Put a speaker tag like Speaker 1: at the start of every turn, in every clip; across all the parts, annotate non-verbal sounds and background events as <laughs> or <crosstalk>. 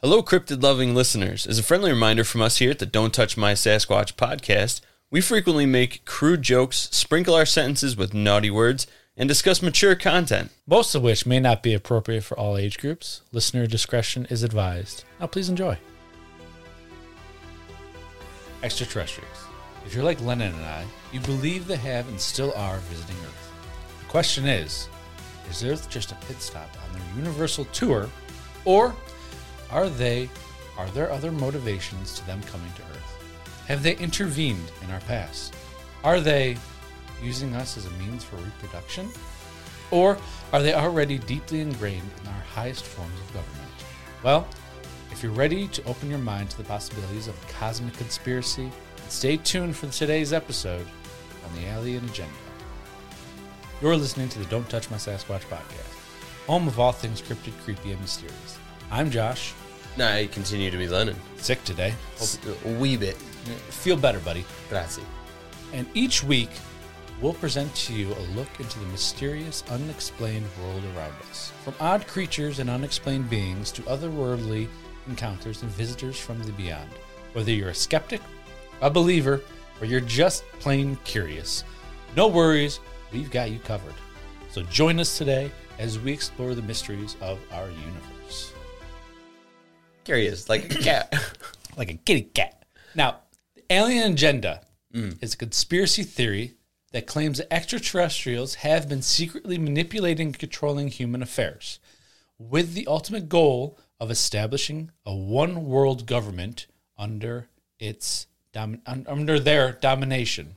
Speaker 1: Hello, cryptid loving listeners. As a friendly reminder from us here at the Don't Touch My Sasquatch podcast, we frequently make crude jokes, sprinkle our sentences with naughty words, and discuss mature content.
Speaker 2: most of which may not be appropriate for all age groups. Listener discretion is advised. Now, please enjoy. Extraterrestrials. If you're like Lennon and I, you believe they have and still are visiting Earth. The question is is Earth just a pit stop on their universal tour, or are they are there other motivations to them coming to Earth? Have they intervened in our past? Are they using us as a means for reproduction? Or are they already deeply ingrained in our highest forms of government? Well, if you're ready to open your mind to the possibilities of a cosmic conspiracy, stay tuned for today's episode on the Alien Agenda. You're listening to the Don't Touch My Sasquatch podcast, home of all things cryptid, creepy, and mysterious. I'm Josh,
Speaker 1: Now, I continue to be Lennon.
Speaker 2: sick today.
Speaker 1: Hope- A wee bit.
Speaker 2: Feel better, buddy.
Speaker 1: Grazie.
Speaker 2: And each week, we'll present to you a look into the mysterious, unexplained world around us. From odd creatures and unexplained beings to otherworldly encounters and visitors from the beyond. Whether you're a skeptic, a believer, or you're just plain curious, no worries, we've got you covered. So join us today as we explore the mysteries of our universe.
Speaker 1: Curious, like a <coughs> cat.
Speaker 2: like a kitty cat. Now, the alien agenda is a conspiracy theory that claims that extraterrestrials have been secretly manipulating and controlling human affairs with the ultimate goal of establishing a one world government under its domi- un- under their domination.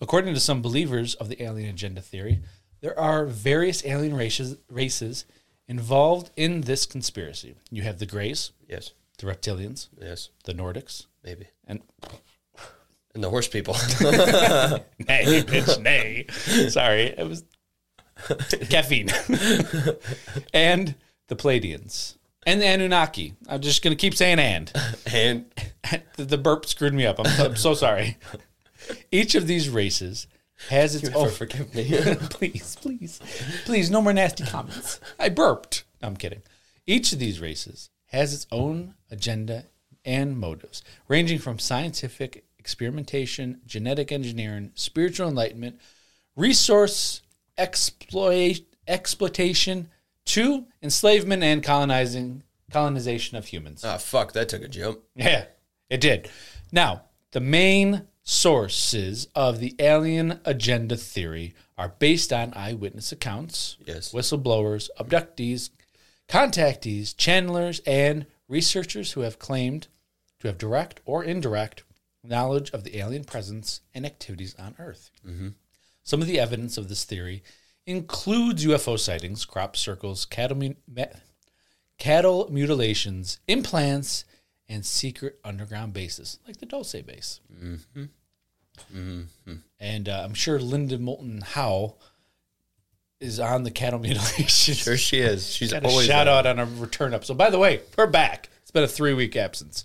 Speaker 2: According to some believers of the alien agenda theory, there are various alien races, races involved in this conspiracy. You have the Greys,
Speaker 1: yes,
Speaker 2: the reptilians,
Speaker 1: yes,
Speaker 2: the Nordics,
Speaker 1: maybe.
Speaker 2: and <laughs>
Speaker 1: And the horse people. <laughs>
Speaker 2: nay, bitch, nay. Sorry, it was caffeine, <laughs> and the Pleiadians and the Anunnaki. I'm just gonna keep saying and.
Speaker 1: and
Speaker 2: the, the burp screwed me up. I'm, I'm so sorry. <laughs> Each of these races has its
Speaker 1: oh,
Speaker 2: own.
Speaker 1: forgive me.
Speaker 2: <laughs> please, please, please, no more nasty comments. I burped. No, I'm kidding. Each of these races has its own agenda and motives, ranging from scientific experimentation, genetic engineering, spiritual enlightenment, resource exploit, exploitation, to enslavement and colonizing colonization of humans.
Speaker 1: Ah, fuck, that took a jump.
Speaker 2: Yeah, it did. Now, the main sources of the alien agenda theory are based on eyewitness accounts,
Speaker 1: Yes.
Speaker 2: whistleblowers, abductees, contactees, channelers, and researchers who have claimed to have direct or indirect knowledge of the alien presence and activities on Earth. Some of the evidence of this theory includes UFO sightings, crop circles, cattle, mu- ma- cattle mutilations, implants, and secret underground bases like the Dulce base. Mm-hmm.
Speaker 1: Mm-hmm.
Speaker 2: And uh, I'm sure Linda Moulton Howe is on the cattle <laughs> mutilation.
Speaker 1: There she is. She's
Speaker 2: Got a
Speaker 1: always
Speaker 2: shout
Speaker 1: on.
Speaker 2: out on our return up. So by the way, we're back. It's been a three week absence.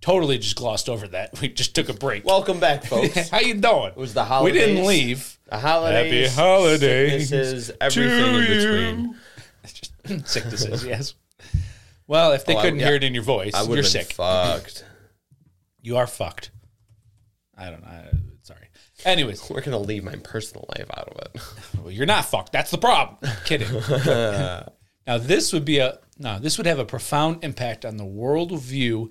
Speaker 2: Totally just glossed over that. <laughs> We just took a break.
Speaker 1: Welcome <laughs> back, folks.
Speaker 2: How you doing? It
Speaker 1: was the
Speaker 2: We
Speaker 1: holidays.
Speaker 2: didn't leave.
Speaker 1: The holidays,
Speaker 2: Happy holidays
Speaker 1: sicknesses, everything in between.
Speaker 2: <laughs> Sicknesses, yes. Well, if they
Speaker 1: Oh, I-
Speaker 2: couldn't
Speaker 1: yeah.
Speaker 2: hear it in your voice,
Speaker 1: I would
Speaker 2: you're
Speaker 1: have
Speaker 2: sick.
Speaker 1: fucked.
Speaker 2: you are fucked. I don't know. I- Sorry. Anyways,
Speaker 1: We're gonna leave my personal life out of it.
Speaker 2: well, you're not fucked. That's the problem. <laughs> kidding. now this would be a no. This would have a profound impact on the world view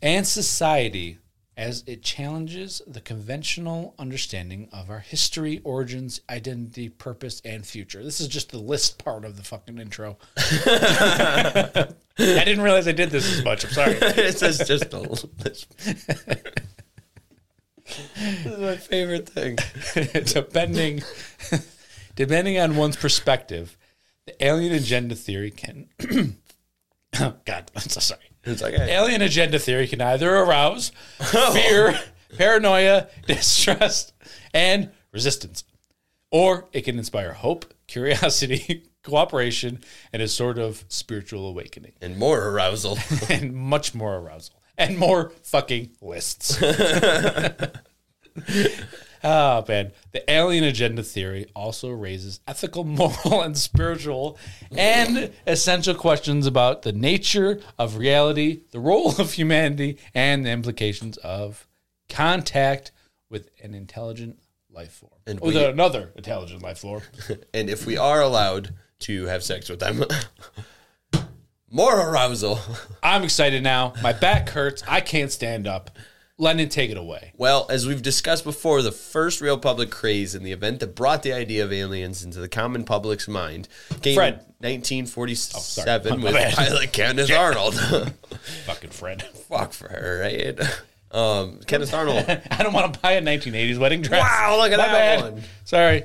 Speaker 2: and society as it challenges the conventional understanding of our history, origins, identity, purpose, and future. This is just the list part of the fucking intro. <laughs> I didn't realize I did this as much. I'm sorry.
Speaker 1: it says just a little <laughs> bit. this is my favorite thing.
Speaker 2: <laughs> depending depending on one's perspective, the alien agenda theory can <clears throat> oh God, I'm so sorry.
Speaker 1: It's like hey,
Speaker 2: Alien agenda theory can either arouse fear, paranoia, distrust, and resistance. Or it can inspire hope, curiosity, <laughs> cooperation, and a sort of spiritual awakening.
Speaker 1: and more arousal. <laughs>
Speaker 2: <laughs> And
Speaker 1: <laughs>
Speaker 2: much <laughs> more arousal. And more fucking lists. Oh man, the alien agenda theory also raises ethical, <laughs> moral, and spiritual and essential questions about the nature of reality, the role of humanity, and the implications of contact with an intelligent life form.
Speaker 1: And
Speaker 2: or
Speaker 1: we-
Speaker 2: the- another intelligent life form.
Speaker 1: and if we are allowed to have sex with them. <laughs> More arousal.
Speaker 2: I'm excited now. My back hurts. I can't stand up. Lennon, take it away.
Speaker 1: Well, as we've discussed before, the first real public craze and the event that brought the idea of aliens into the common public's mind came
Speaker 2: Fred.
Speaker 1: in 1947
Speaker 2: My
Speaker 1: with
Speaker 2: bad.
Speaker 1: pilot Candace Arnold. <laughs>
Speaker 2: Fucking Fred.
Speaker 1: Fuck for her, right? Um, Kenneth Arnold.
Speaker 2: <laughs> I don't want to buy a 1980s wedding dress.
Speaker 1: Wow, look at
Speaker 2: My
Speaker 1: that
Speaker 2: bad.
Speaker 1: one.
Speaker 2: Sorry.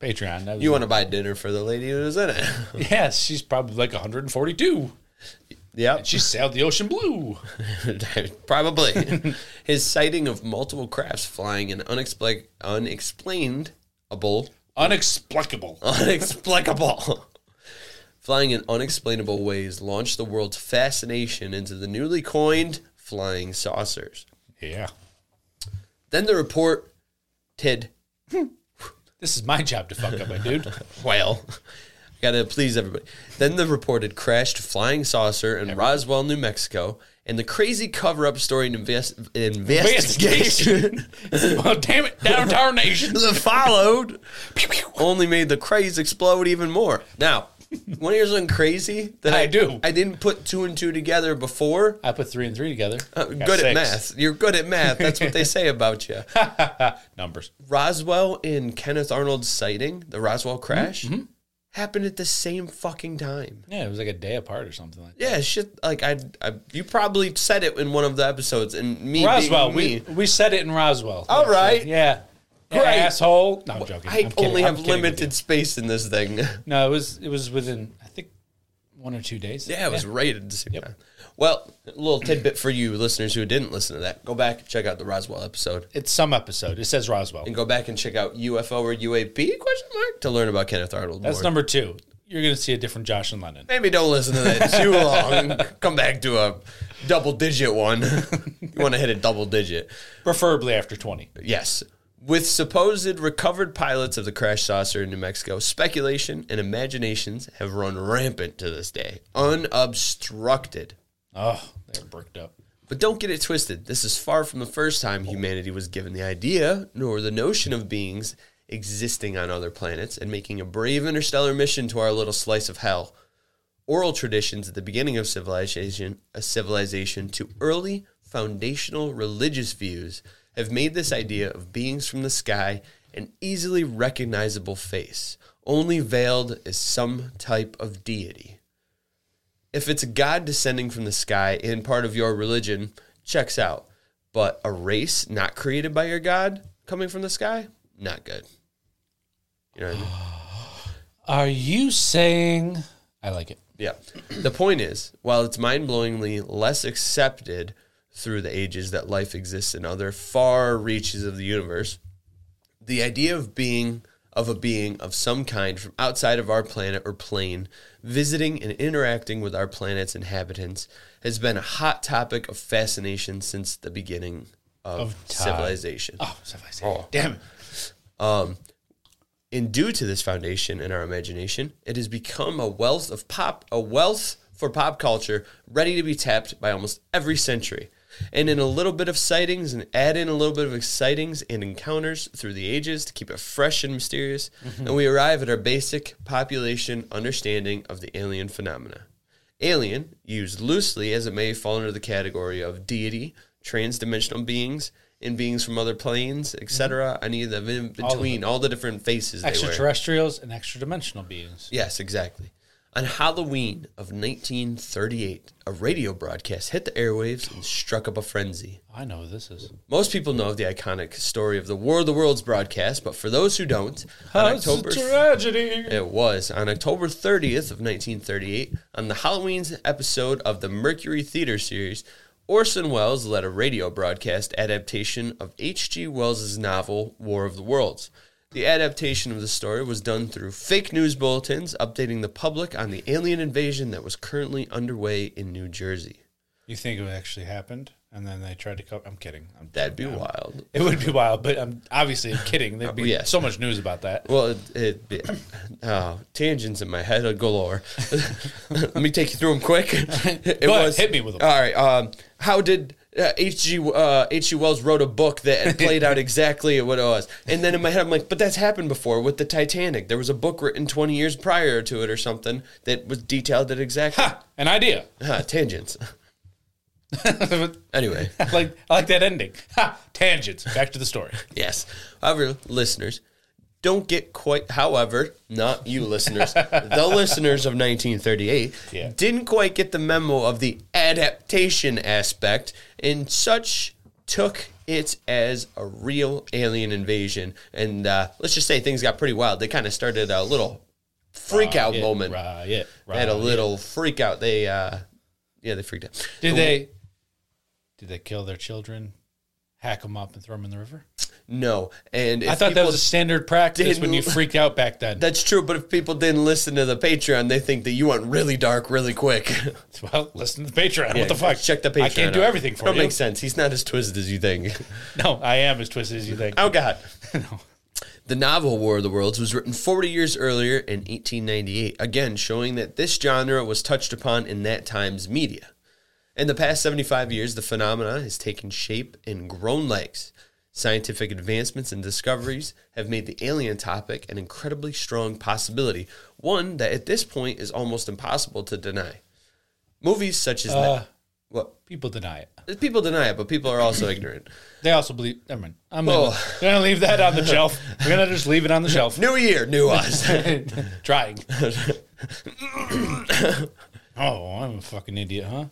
Speaker 2: Patreon. That was
Speaker 1: You want to buy dinner for the lady who's in it? <laughs>
Speaker 2: Yes, she's probably like 142.
Speaker 1: Yep. <laughs>
Speaker 2: She sailed the ocean blue.
Speaker 1: Probably. His sighting of multiple crafts flying in unexpla- unexplainable <laughs>
Speaker 2: Unexplicable.
Speaker 1: unexplicable. <laughs> flying in unexplainable ways launched the world's fascination into the newly coined flying saucers.
Speaker 2: Yeah.
Speaker 1: Then the report Ted
Speaker 2: This is my job to fuck up, my dude.
Speaker 1: <laughs> Well gotta please everybody. Then the reported crashed flying saucer in Roswell, New Mexico, and the crazy cover up story and invest- <laughs> investigation
Speaker 2: well, Oh, damn it. Down to our nation.
Speaker 1: that followed only made the craze explode even more. Now, want to hear something crazy that
Speaker 2: I do.
Speaker 1: I didn't put two and two together before?
Speaker 2: I put three and three together.
Speaker 1: Uh,
Speaker 2: Got
Speaker 1: good at
Speaker 2: six.
Speaker 1: math. You're good at math. That's what
Speaker 2: <laughs>
Speaker 1: they say about you.
Speaker 2: Numbers.
Speaker 1: Roswell and Kenneth Arnold's sighting, the Roswell
Speaker 2: Mm-hmm.
Speaker 1: crash, happened at the same fucking time.
Speaker 2: Yeah, it was like a day apart or something like that.
Speaker 1: Yeah, shit. Like I, I you probably said it in one of the episodes, and me
Speaker 2: Roswell.
Speaker 1: being me,
Speaker 2: We, we said it in Roswell.
Speaker 1: All right.
Speaker 2: Yeah. Yeah,
Speaker 1: Great.
Speaker 2: Asshole. No, I'm joking.
Speaker 1: I
Speaker 2: I'm kidding.
Speaker 1: only
Speaker 2: I'm
Speaker 1: have
Speaker 2: kidding with
Speaker 1: limited space in this thing. <laughs>
Speaker 2: you. No, it was it was within I think one or two days.
Speaker 1: Yeah, it was right at the same time. Well, a little tidbit for you listeners who didn't listen to that: go back and check out the Roswell episode,
Speaker 2: It's some episode. It says Roswell.
Speaker 1: and go back and check out UFO or UAP question mark to learn about Kenneth Arnold.
Speaker 2: That's
Speaker 1: more.
Speaker 2: number two. You're gonna see a different Josh and Lennon.
Speaker 1: Maybe don't listen to that too long. Come back to a double digit one. <laughs> you want to hit a double digit.
Speaker 2: Preferably after twenty.
Speaker 1: Yes. With supposed recovered pilots of the crash saucer in New Mexico, speculation and imaginations have run rampant to this day, unobstructed.
Speaker 2: Oh, they're bricked up.
Speaker 1: But don't get it twisted. This is far from the first time humanity was given the idea nor the notion of beings existing on other planets and making a brave interstellar mission to our little slice of hell. Oral traditions at the beginning of civilization, a civilization to early foundational religious views have made this idea of beings from the sky an easily recognizable face, only veiled as some type of deity if it's a god descending from the sky and part of your religion, checks out. But a race not created by your god coming from the sky, not good. You know what I mean?
Speaker 2: Are you saying I like it?
Speaker 1: Yeah. The point is, while it's mind blowingly less accepted through the ages that life exists in other far reaches of the universe, the idea of being of a being of some kind from outside of our planet or plane visiting and interacting with our planet's inhabitants has been a hot topic of fascination since the beginning of,
Speaker 2: time.
Speaker 1: civilization.
Speaker 2: Oh, civilization. Damn it.
Speaker 1: And due to this foundation in our imagination, it has become a wealth of pop, a wealth for pop culture ready to be tapped by almost every century. And in a little bit of sightings and add in a little bit of sightings and encounters through the ages to keep it fresh and mysterious, and we arrive at our basic population understanding of the alien phenomena. Alien, used loosely as it may fall under the category of deity, transdimensional beings, and beings from other planes, etc. I need them in between Mm-hmm. all the different faces they wear.
Speaker 2: Extraterrestrials and extra dimensional beings.
Speaker 1: Yes, exactly. On Halloween of 1938, a radio broadcast hit the airwaves and struck up a frenzy.
Speaker 2: I know what this is.
Speaker 1: Most people know of the iconic story of the War of the Worlds broadcast, but for those who don't, on October
Speaker 2: It's a tragedy.
Speaker 1: it was on October 30th of 1938 on the Halloween's episode of the Mercury Theater series. Orson Welles led a radio broadcast adaptation of H.G. Wells' novel War of the Worlds. The adaptation of the story was done through fake news bulletins updating the public on the alien invasion that was currently underway in New Jersey.
Speaker 2: You think it actually happened, and then they tried to cover. I'm kidding. I'm,
Speaker 1: That'd be
Speaker 2: I'm-
Speaker 1: wild.
Speaker 2: It would be wild, but I'm obviously I'm kidding. There'd be
Speaker 1: yeah.
Speaker 2: so much news about that.
Speaker 1: Well, it, it, it oh, tangents in my head are galore. <laughs> Let me take you through them quick. It
Speaker 2: <laughs> Go ahead, hit me with 'em.
Speaker 1: All right. Um, how did uh, H.G. Uh, H.G. Wells wrote a book that played
Speaker 2: <laughs>
Speaker 1: out exactly what it was? And then in my head, I'm like, but that's happened before with the Titanic. There was a book written 20 years prior to it or something that was detailed at exactly
Speaker 2: Ha! An idea. <laughs>
Speaker 1: Huh, tangents.
Speaker 2: I
Speaker 1: Anyway.
Speaker 2: like I like that ending. Ha! Tangents. Back to the story.
Speaker 1: Yes. However, listeners, don't get quite. However, not you
Speaker 2: <laughs>
Speaker 1: listeners, the listeners of 1938
Speaker 2: Yeah.
Speaker 1: didn't quite get the memo of the adaptation aspect, and such took it as a real alien invasion. And uh, let's just say things got pretty wild. They kind of started a little freak out moment.
Speaker 2: Riot.
Speaker 1: They had
Speaker 2: Riot.
Speaker 1: a little freak out. They, uh, yeah, they freaked out.
Speaker 2: Did they? Did they kill their children? Hack them up and throw them in the river?
Speaker 1: No. And
Speaker 2: I
Speaker 1: if
Speaker 2: thought that
Speaker 1: people
Speaker 2: was a standard practice when
Speaker 1: didn't-
Speaker 2: you freaked out back then.
Speaker 1: That's true, but if people didn't listen to the Patreon, they think that you went really dark really quick.
Speaker 2: <laughs> well, listen to the Patreon.
Speaker 1: <laughs>
Speaker 2: what the fuck?
Speaker 1: Check the Patreon.
Speaker 2: I can't do
Speaker 1: out.
Speaker 2: everything for
Speaker 1: Don't
Speaker 2: you.
Speaker 1: make sense. He's not as twisted as you think.
Speaker 2: <laughs>
Speaker 1: <laughs>
Speaker 2: No, I am as twisted as you think.
Speaker 1: Oh God. The novel War of the Worlds was written 40 years earlier in 1898, again showing that this genre was touched upon in that time's media. In the past 75 years, the phenomena has taken shape and grown legs. Scientific advancements and discoveries have made the alien topic an incredibly strong possibility, one that at this point is almost impossible to deny. Movies such as
Speaker 2: Uh,
Speaker 1: what
Speaker 2: People deny it.
Speaker 1: people deny it, but people are also ignorant.
Speaker 2: They also believe. Never mind. I'm gonna,
Speaker 1: Oh.
Speaker 2: gonna leave that on the <laughs> shelf. I'm gonna just leave it on the <laughs> shelf.
Speaker 1: New year, new <laughs> us.
Speaker 2: Trying. <coughs> oh, I'm a fucking idiot, huh?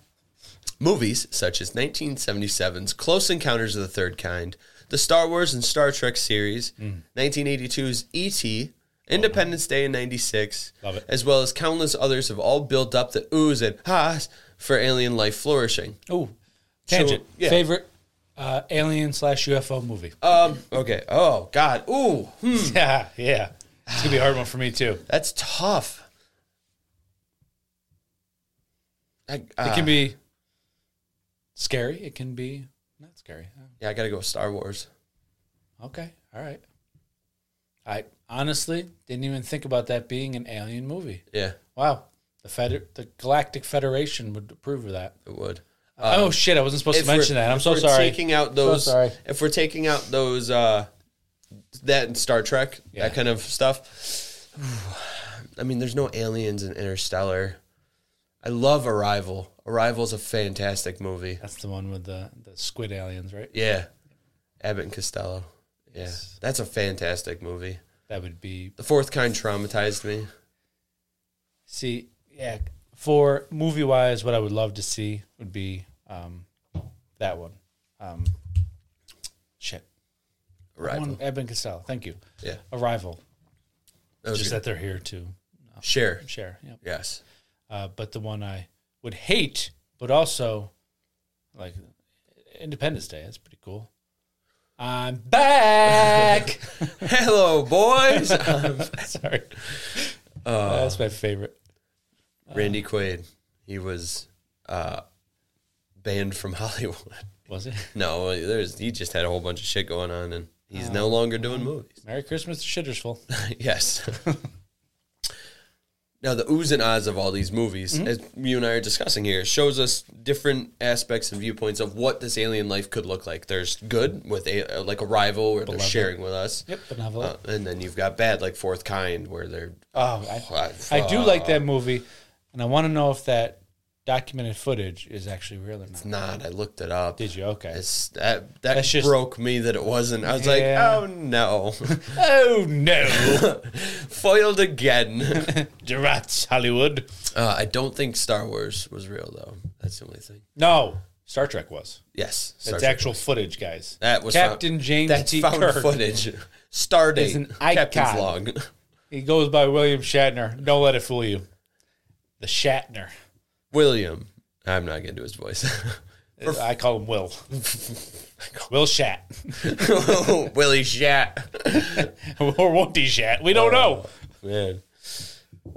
Speaker 1: Movies such as 1977's Close Encounters of the Third Kind, the Star Wars and Star Trek series, 1982's E.T., Independence Day in 96,
Speaker 2: Love it.
Speaker 1: as well as countless others have all built up the oohs and ahs for alien life flourishing.
Speaker 2: Oh, tangent.
Speaker 1: yeah.
Speaker 2: Favorite uh, alien slash UFO movie.
Speaker 1: Um, okay. Oh, God. Ooh, hmm,
Speaker 2: <laughs> Yeah, yeah. It's gonna be a hard one for me too.
Speaker 1: that's tough. I,
Speaker 2: It
Speaker 1: uh,
Speaker 2: can be scary. It can be not scary. Oh,
Speaker 1: yeah, I got to go with Star Wars.
Speaker 2: Okay, all right. I honestly didn't even think about that being an alien movie.
Speaker 1: Yeah,
Speaker 2: Wow, the Feder- the Galactic Federation would approve of that.
Speaker 1: it would.
Speaker 2: oh shit, I wasn't supposed to
Speaker 1: we're-
Speaker 2: mention that. I'm
Speaker 1: Uh, if
Speaker 2: so
Speaker 1: we're
Speaker 2: sorry.
Speaker 1: Taking out those,
Speaker 2: sorry.
Speaker 1: if we're taking out those, uh, that and Star Trek,
Speaker 2: Yeah.
Speaker 1: that kind of stuff. <sighs> I mean, there's no aliens in Interstellar. I love Arrival. Arrival's a fantastic movie.
Speaker 2: That's the one with the, the squid aliens, right?
Speaker 1: Yeah, Abbott and Costello. Yeah, that's a fantastic movie.
Speaker 2: That would be
Speaker 1: The Fourth Kind traumatized me.
Speaker 2: see, yeah. For movie wise, what I would love to see would be um, that one. Um, shit,
Speaker 1: Arrival.
Speaker 2: one Eben Costello. Thank you.
Speaker 1: Yeah,
Speaker 2: Arrival.
Speaker 1: that was
Speaker 2: Just
Speaker 1: good.
Speaker 2: that they're here to
Speaker 1: Share.
Speaker 2: share. Yep.
Speaker 1: Yes.
Speaker 2: Uh, but the one I would hate, but also like Independence Day. That's pretty cool.
Speaker 1: <laughs>
Speaker 2: I'm back. <laughs>
Speaker 1: Hello, boys.
Speaker 2: Sorry.
Speaker 1: Uh,
Speaker 2: That's my favorite.
Speaker 1: Randy Quaid. He was uh, banned from <laughs> Hollywood.
Speaker 2: Was it?
Speaker 1: No, there's he just had a whole bunch of shit going on, and he's no longer doing movies. <laughs>
Speaker 2: Merry Christmas, Shittersful. <laughs>
Speaker 1: yes. now the oohs and ahs of all these movies,
Speaker 2: Mm-hmm.
Speaker 1: as you and I are discussing here, shows us different aspects and viewpoints of what this alien life could look like. There's good with a, uh, like a rival, or they're sharing with us.
Speaker 2: Yep, benevolent.
Speaker 1: Uh, and then you've got bad, like Fourth Kind, where they're
Speaker 2: Oh, I, I
Speaker 1: uh,
Speaker 2: do like that movie, and I want to know if that documented footage is actually real or not.
Speaker 1: not. I looked it up.
Speaker 2: Did you? Okay.
Speaker 1: It's, that that
Speaker 2: That's just-
Speaker 1: broke me that it wasn't. I was
Speaker 2: Yeah.
Speaker 1: like, oh no, <laughs>
Speaker 2: oh no, <laughs>
Speaker 1: foiled again.
Speaker 2: Durats Hollywood.
Speaker 1: Uh, I don't think Star Wars was real though. That's the only thing.
Speaker 2: No, Star Trek was.
Speaker 1: Yes, Star
Speaker 2: That's
Speaker 1: Trek.
Speaker 2: actual footage, guys.
Speaker 1: That was
Speaker 2: Captain
Speaker 1: found-
Speaker 2: James
Speaker 1: that's <laughs>
Speaker 2: T.
Speaker 1: found
Speaker 2: Kirk.
Speaker 1: footage. Stardate
Speaker 2: Is an
Speaker 1: Captain's
Speaker 2: icon.
Speaker 1: log.
Speaker 2: He goes by William Shatner. Don't let it fool you. The Shatner.
Speaker 1: William, I'm not gonna do his voice. <laughs>
Speaker 2: I call him Will. Will Shat
Speaker 1: Willie Shat.
Speaker 2: <laughs> or won't he Shat? We don't know.
Speaker 1: Man,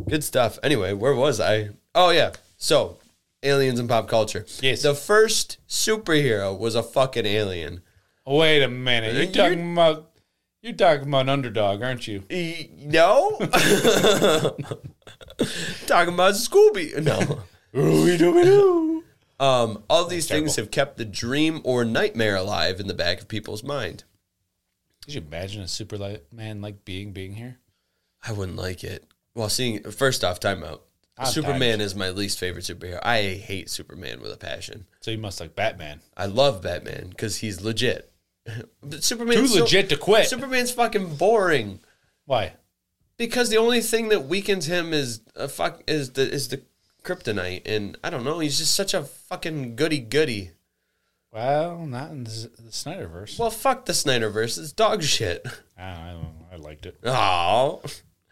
Speaker 1: good stuff. Anyway, where was I? Oh yeah, so aliens in pop culture.
Speaker 2: Yes.
Speaker 1: The first superhero was a fucking alien. Oh.
Speaker 2: Wait a minute. You're
Speaker 1: You're-
Speaker 2: talking about you're talking about an underdog,
Speaker 1: <laughs>
Speaker 2: aren't you?
Speaker 1: E-
Speaker 2: <laughs>
Speaker 1: No? Talking about Scooby. No. <laughs> Um, all these things have kept the dream or nightmare alive in the back of people's mind.
Speaker 2: Could you imagine a Superman like being being here?
Speaker 1: I wouldn't like it. Well, seeing first off, timeout.
Speaker 2: I'm
Speaker 1: Superman is my least favorite superhero. I hate Superman with a passion.
Speaker 2: So you must like Batman.
Speaker 1: I love Batman because he's legit. <laughs> but Superman's
Speaker 2: Too
Speaker 1: so-
Speaker 2: legit to quit.
Speaker 1: Superman's fucking boring
Speaker 2: Why?
Speaker 1: because the only thing that weakens him is a fuck is the is the kryptonite, and I don't know. He's just such a fucking goody goody.
Speaker 2: Well, not in the S- the Snyderverse.
Speaker 1: Well, fuck the Snyderverse. It's dog shit. <laughs>
Speaker 2: I, don't know, I liked it.
Speaker 1: Oh,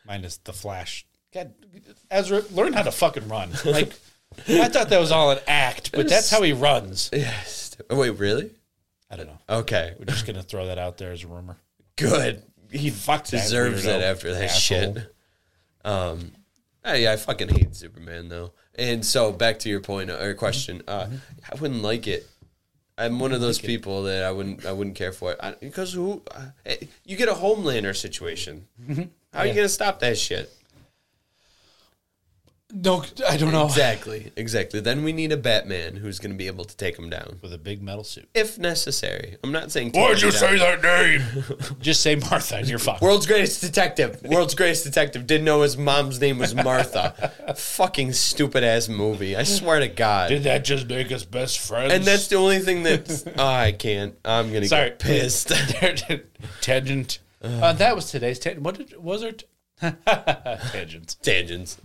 Speaker 2: Minus the Flash. God, Ezra, learn how to fucking run. Like, I thought that was all an act, but that's how he runs.
Speaker 1: <laughs> yes. Wait, really?
Speaker 2: I don't know.
Speaker 1: Okay,
Speaker 2: We're just gonna throw that out there as a rumor.
Speaker 1: good. He
Speaker 2: Fuck that
Speaker 1: deserves
Speaker 2: weirdo
Speaker 1: it after that
Speaker 2: asshole.
Speaker 1: shit. Um, I, yeah, I fucking hate Superman though. And so back to your point or question, uh, I wouldn't like it. I'm one of those people that I wouldn't I wouldn't care for it I, because who uh, eh, you get a Homelander situation. How are you gonna stop that shit?
Speaker 2: No, I don't know.
Speaker 1: Exactly, exactly. Then we need a Batman who's gonna be able to take him down
Speaker 2: With a big metal suit.
Speaker 1: if necessary. I'm not saying. take
Speaker 2: Why'd
Speaker 1: him
Speaker 2: you
Speaker 1: down.
Speaker 2: say that name? <laughs> Just say Martha and you're fucked.
Speaker 1: World's greatest detective. World's greatest detective didn't know his mom's name was Martha. Fucking stupid ass movie. I swear to God.
Speaker 2: Did that just make us best friends?
Speaker 1: And that's the only thing that <laughs> oh, I can't. I'm gonna
Speaker 2: Sorry.
Speaker 1: get pissed.
Speaker 2: <laughs>
Speaker 1: <laughs>
Speaker 2: tangent. Uh, that was today's tangent. What did, was our t- <laughs> tangents?
Speaker 1: Tangents.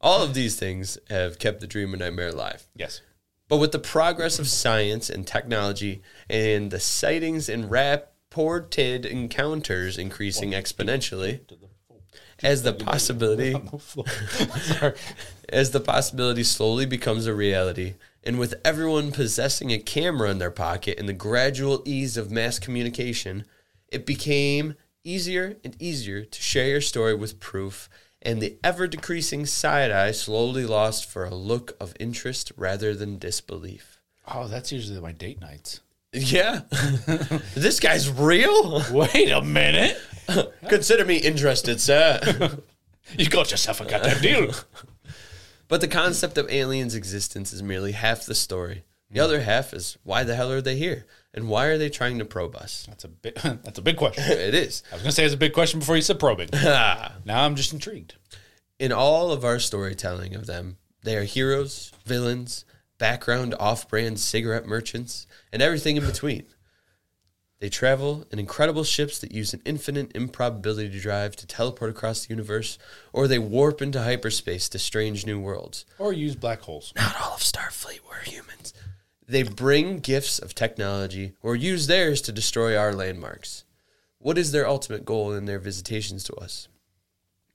Speaker 1: All of these things have kept the dream and nightmare alive.
Speaker 2: <laughs> Yes.
Speaker 1: But with the progress of science and technology and the sightings and reported encounters increasing exponentially, as the possibility
Speaker 2: Sorry.
Speaker 1: as the possibility slowly becomes a reality, and with everyone possessing a camera in their pocket and the gradual ease of mass communication, it became easier and easier to share your story with proof, and the ever decreasing side eye slowly lost for a look of interest rather than disbelief.
Speaker 2: Oh, that's usually my date nights.
Speaker 1: Yeah. <laughs> this guy's real?
Speaker 2: Wait a minute.
Speaker 1: Consider me interested, sir.
Speaker 2: You got yourself a goddamn deal.
Speaker 1: But the concept of aliens' existence is merely half the story. The other half is why the hell are they here? And why are they trying to probe us?
Speaker 2: That's a big. <laughs> That's a big question.
Speaker 1: It is. <laughs>
Speaker 2: I was gonna say it's a big question before you said probing.
Speaker 1: Ah.
Speaker 2: Now I'm just intrigued.
Speaker 1: In all of our storytelling of them, they are heroes, villains, background off brand cigarette merchants, and everything in between. They travel in incredible ships that use an infinite improbability drive to teleport across the universe, or they warp into hyperspace to strange new worlds.
Speaker 2: Or use black holes.
Speaker 1: not all of Starfleet were humans. They bring gifts of technology or use theirs to destroy our landmarks. What is their ultimate goal in their visitations to us?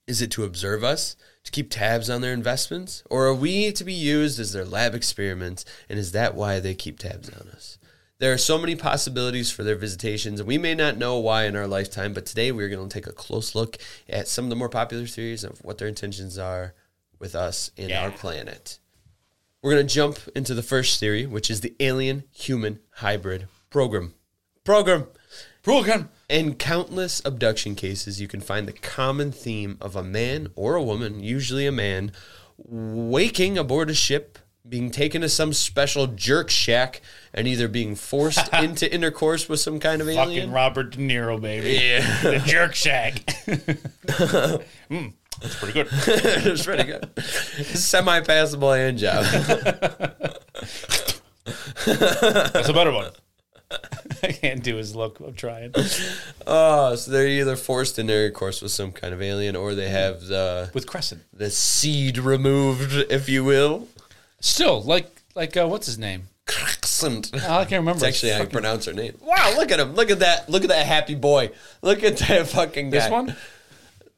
Speaker 1: Is it to observe us, to keep tabs on their investments, or are we to be used as their lab experiments, and is that why they keep tabs on us? There are so many possibilities for their visitations, and we may not know why in our lifetime, but today we're going to take a close look at some of the more popular theories of what their intentions are with us and our
Speaker 2: Yeah.
Speaker 1: planet. We're going to jump into the first theory, which is the alien human hybrid program. Program!
Speaker 2: Program.
Speaker 1: In countless abduction cases, you can find the common theme of a man or a woman, usually a man, waking aboard a ship, being taken to some special jerk shack, and either being forced into intercourse with some kind of
Speaker 2: Fucking <laughs>
Speaker 1: alien. <laughs>
Speaker 2: Robert De Niro, baby. Yeah. The jerk shack. mm, that's pretty good.
Speaker 1: it's pretty good. Semi passable hand job.
Speaker 2: That's a better one. <laughs> I can't do his look. I'm trying.
Speaker 1: Oh, so they're either forced into intercourse with some kind of alien or they have the,
Speaker 2: With Crescent.
Speaker 1: the seed removed, if you will.
Speaker 2: Still, like, like uh, what's his name?
Speaker 1: Crescent.
Speaker 2: I can't remember.
Speaker 1: That's actually how you pronounce her name. Wow, look at him. Look at that. Look at that happy boy. Look at that fucking guy.
Speaker 2: this one.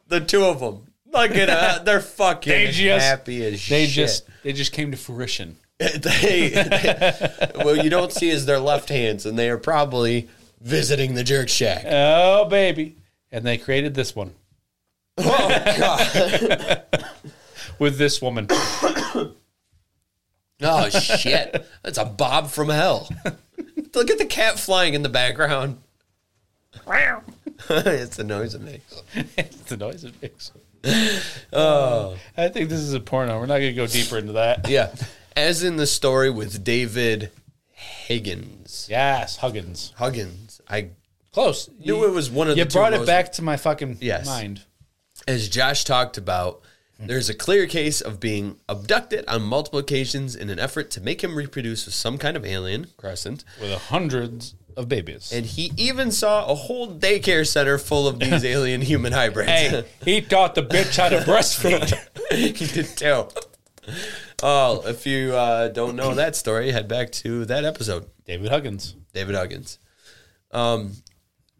Speaker 1: The two of them. Look at <laughs> that. They're fucking
Speaker 2: They just-
Speaker 1: happy as
Speaker 2: They
Speaker 1: shit.
Speaker 2: just they just came to fruition.
Speaker 1: <laughs> they, they- what you don't see is their left hands, and they are probably visiting the jerk shack.
Speaker 2: Oh baby, and they created this one
Speaker 1: <laughs> Oh, God.
Speaker 2: with this woman.
Speaker 1: <laughs> Oh shit! That's a Bob from hell. Look at the cat flying in the background. <laughs> it's the noise it makes.
Speaker 2: <laughs> it's the noise it makes. Oh, I think this is a porno. We're not going to go deeper into that.
Speaker 1: Yeah, as in the story with David Higgins.
Speaker 2: Yes, Huggins.
Speaker 1: Huggins. I
Speaker 2: Close.
Speaker 1: knew it was one of
Speaker 2: You
Speaker 1: the. two
Speaker 2: brought it
Speaker 1: most-
Speaker 2: back to my fucking
Speaker 1: Yes.
Speaker 2: mind.
Speaker 1: As Josh talked about, there's a clear case of being abducted on multiple occasions in an effort to make him reproduce with some kind of alien crescent.
Speaker 2: With hundreds of babies.
Speaker 1: And he even saw a whole daycare center full of
Speaker 2: <laughs>
Speaker 1: these alien human hybrids.
Speaker 2: hey, he taught the bitch how to breastfeed.
Speaker 1: <laughs> he did too. Oh, if you uh, don't know that story, head back to that episode.
Speaker 2: David Huggins.
Speaker 1: David Huggins. Um,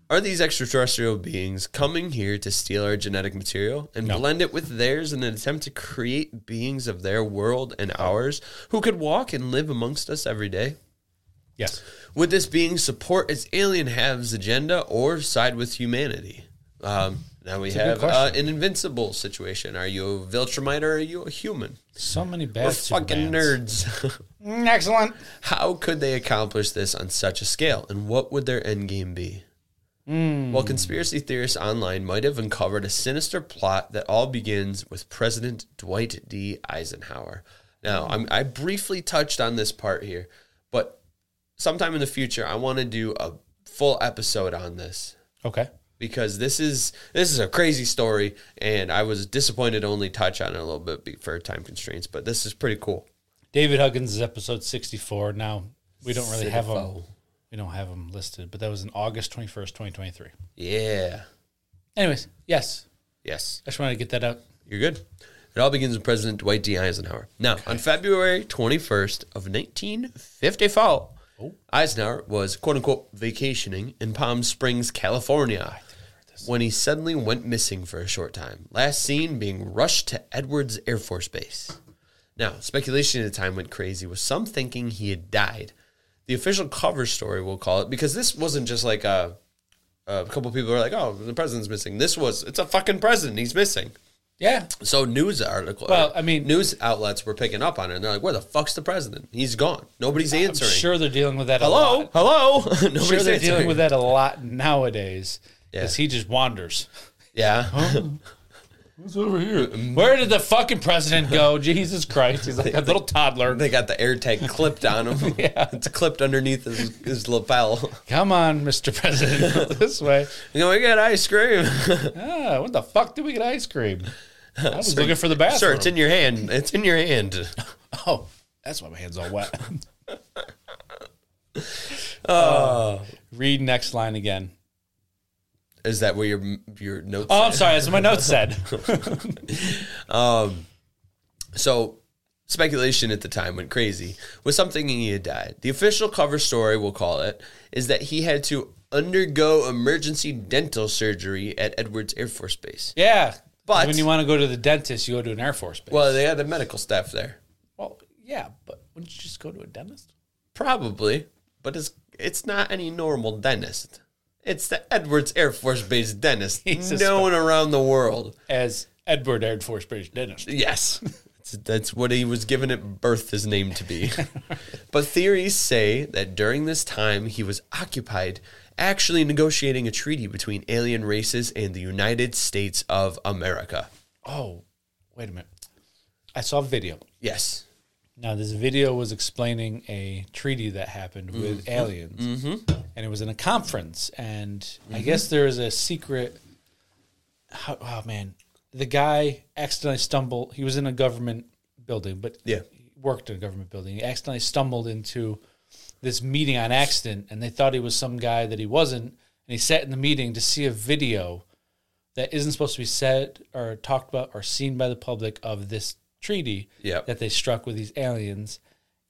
Speaker 1: are these extraterrestrial beings coming here to steal our genetic material and blend it with theirs in an attempt to create beings of their world and ours who could walk and live amongst us every day?
Speaker 2: Yes.
Speaker 1: Would this being support its alien halves agenda or side with humanity? Um, now we
Speaker 2: good
Speaker 1: have uh,
Speaker 2: question.
Speaker 1: an invincible situation. Are you a Viltrumite or are you a human?
Speaker 2: So many bad
Speaker 1: We're fucking
Speaker 2: Supermans.
Speaker 1: nerds. <laughs>
Speaker 2: Mm, Excellent.
Speaker 1: How could they accomplish this on such a scale, and what would their end game be? Well, conspiracy theorists online might have uncovered a sinister plot that all begins with President Dwight D. Eisenhower. Now, I'm, I briefly touched on this part here, but sometime in the future, I want to do a full episode on this
Speaker 2: Okay.
Speaker 1: because this is this is a crazy story, and I was disappointed to only touch on it a little bit be- for time constraints, but this is pretty cool.
Speaker 2: David Huggins is episode 64. Now, we don't really have them.
Speaker 1: Sixty-four.
Speaker 2: We don't have them listed, but that was in August 21st, 2023.
Speaker 1: Yeah.
Speaker 2: Anyways, yes.
Speaker 1: Yes.
Speaker 2: I just wanted to get that out.
Speaker 1: You're good. It all begins with President Dwight D. Eisenhower. Now, on February 21st of 1954, Eisenhower was quote unquote vacationing in Palm Springs, California, when he suddenly went missing for a short time. Last seen being rushed to Edwards Air Force Base. Now, speculation at the time went crazy, with some thinking he had died. The official cover story, we'll call it, because this wasn't just like a a couple people were like, "Oh, the president's missing." This was it's a fucking president. He's missing.
Speaker 2: Yeah.
Speaker 1: So news article. uh,
Speaker 2: Well, I mean-
Speaker 1: news outlets were picking up on it, and they're like, "Where the fuck's the president? He's gone. Nobody's answering."
Speaker 2: Sure, they're dealing with that a
Speaker 1: Hello,
Speaker 2: lot.
Speaker 1: hello. <laughs> Nobody's
Speaker 2: Sure, they're
Speaker 1: answering.
Speaker 2: dealing with that a lot nowadays because he just wanders.
Speaker 1: Yeah,
Speaker 2: Who's over here? Where did the fucking president <laughs> go? Jesus Christ. He's like a little
Speaker 1: <laughs>
Speaker 2: toddler.
Speaker 1: they got the AirTag clipped on
Speaker 2: <laughs>
Speaker 1: him. yeah, it's clipped underneath his, his lapel. <laughs>
Speaker 2: Come on, Mr. President. <laughs> this way.
Speaker 1: You know, we got ice cream. <laughs>
Speaker 2: Ah, when the fuck did we get ice cream? I was looking for the bathroom.
Speaker 1: Sir, it's in your hand. It's in your hand.
Speaker 2: Oh, that's why my hand's
Speaker 1: <laughs>
Speaker 2: all wet. oh.
Speaker 1: Uh,
Speaker 2: Uh, read next line again.
Speaker 1: Is that what your your notes?
Speaker 2: Oh, I'm sorry. That's what my notes
Speaker 1: <laughs>
Speaker 2: said.
Speaker 1: So speculation at the time went crazy with something he had died. The official cover story, we'll call it, is that he had to undergo emergency dental surgery at Edwards Air Force Base.
Speaker 2: Yeah.
Speaker 1: But-
Speaker 2: when you want to go to the dentist, you go to an Air Force base.
Speaker 1: Well, they had the medical staff there,
Speaker 2: well yeah, but wouldn't you just go to a dentist?
Speaker 1: probably, but it's it's not any normal dentist. It's the Edwards Air Force Base dentist,
Speaker 2: Jesus.
Speaker 1: known around the world.
Speaker 2: As Edward Air Force Base dentist.
Speaker 1: Yes. <laughs> That's- That's what he was given at birth his name to <laughs> be. but theories say that during this time he was occupied actually negotiating a treaty between alien races and the United States of America.
Speaker 2: Oh, wait a minute. I saw a video.
Speaker 1: Yes.
Speaker 2: Now, this video was explaining a treaty that happened with aliens, and it was in a conference. And I guess there is a secret. Oh, oh man, the guy accidentally stumbled. He was in a government building, but
Speaker 1: Yeah.
Speaker 2: he worked in a government building. He accidentally stumbled into this meeting on accident, and they thought he was some guy that he wasn't. And he sat in the meeting to see a video that isn't supposed to be said or talked about or seen by the public of this treaty
Speaker 1: Yep.
Speaker 2: that they struck with these aliens.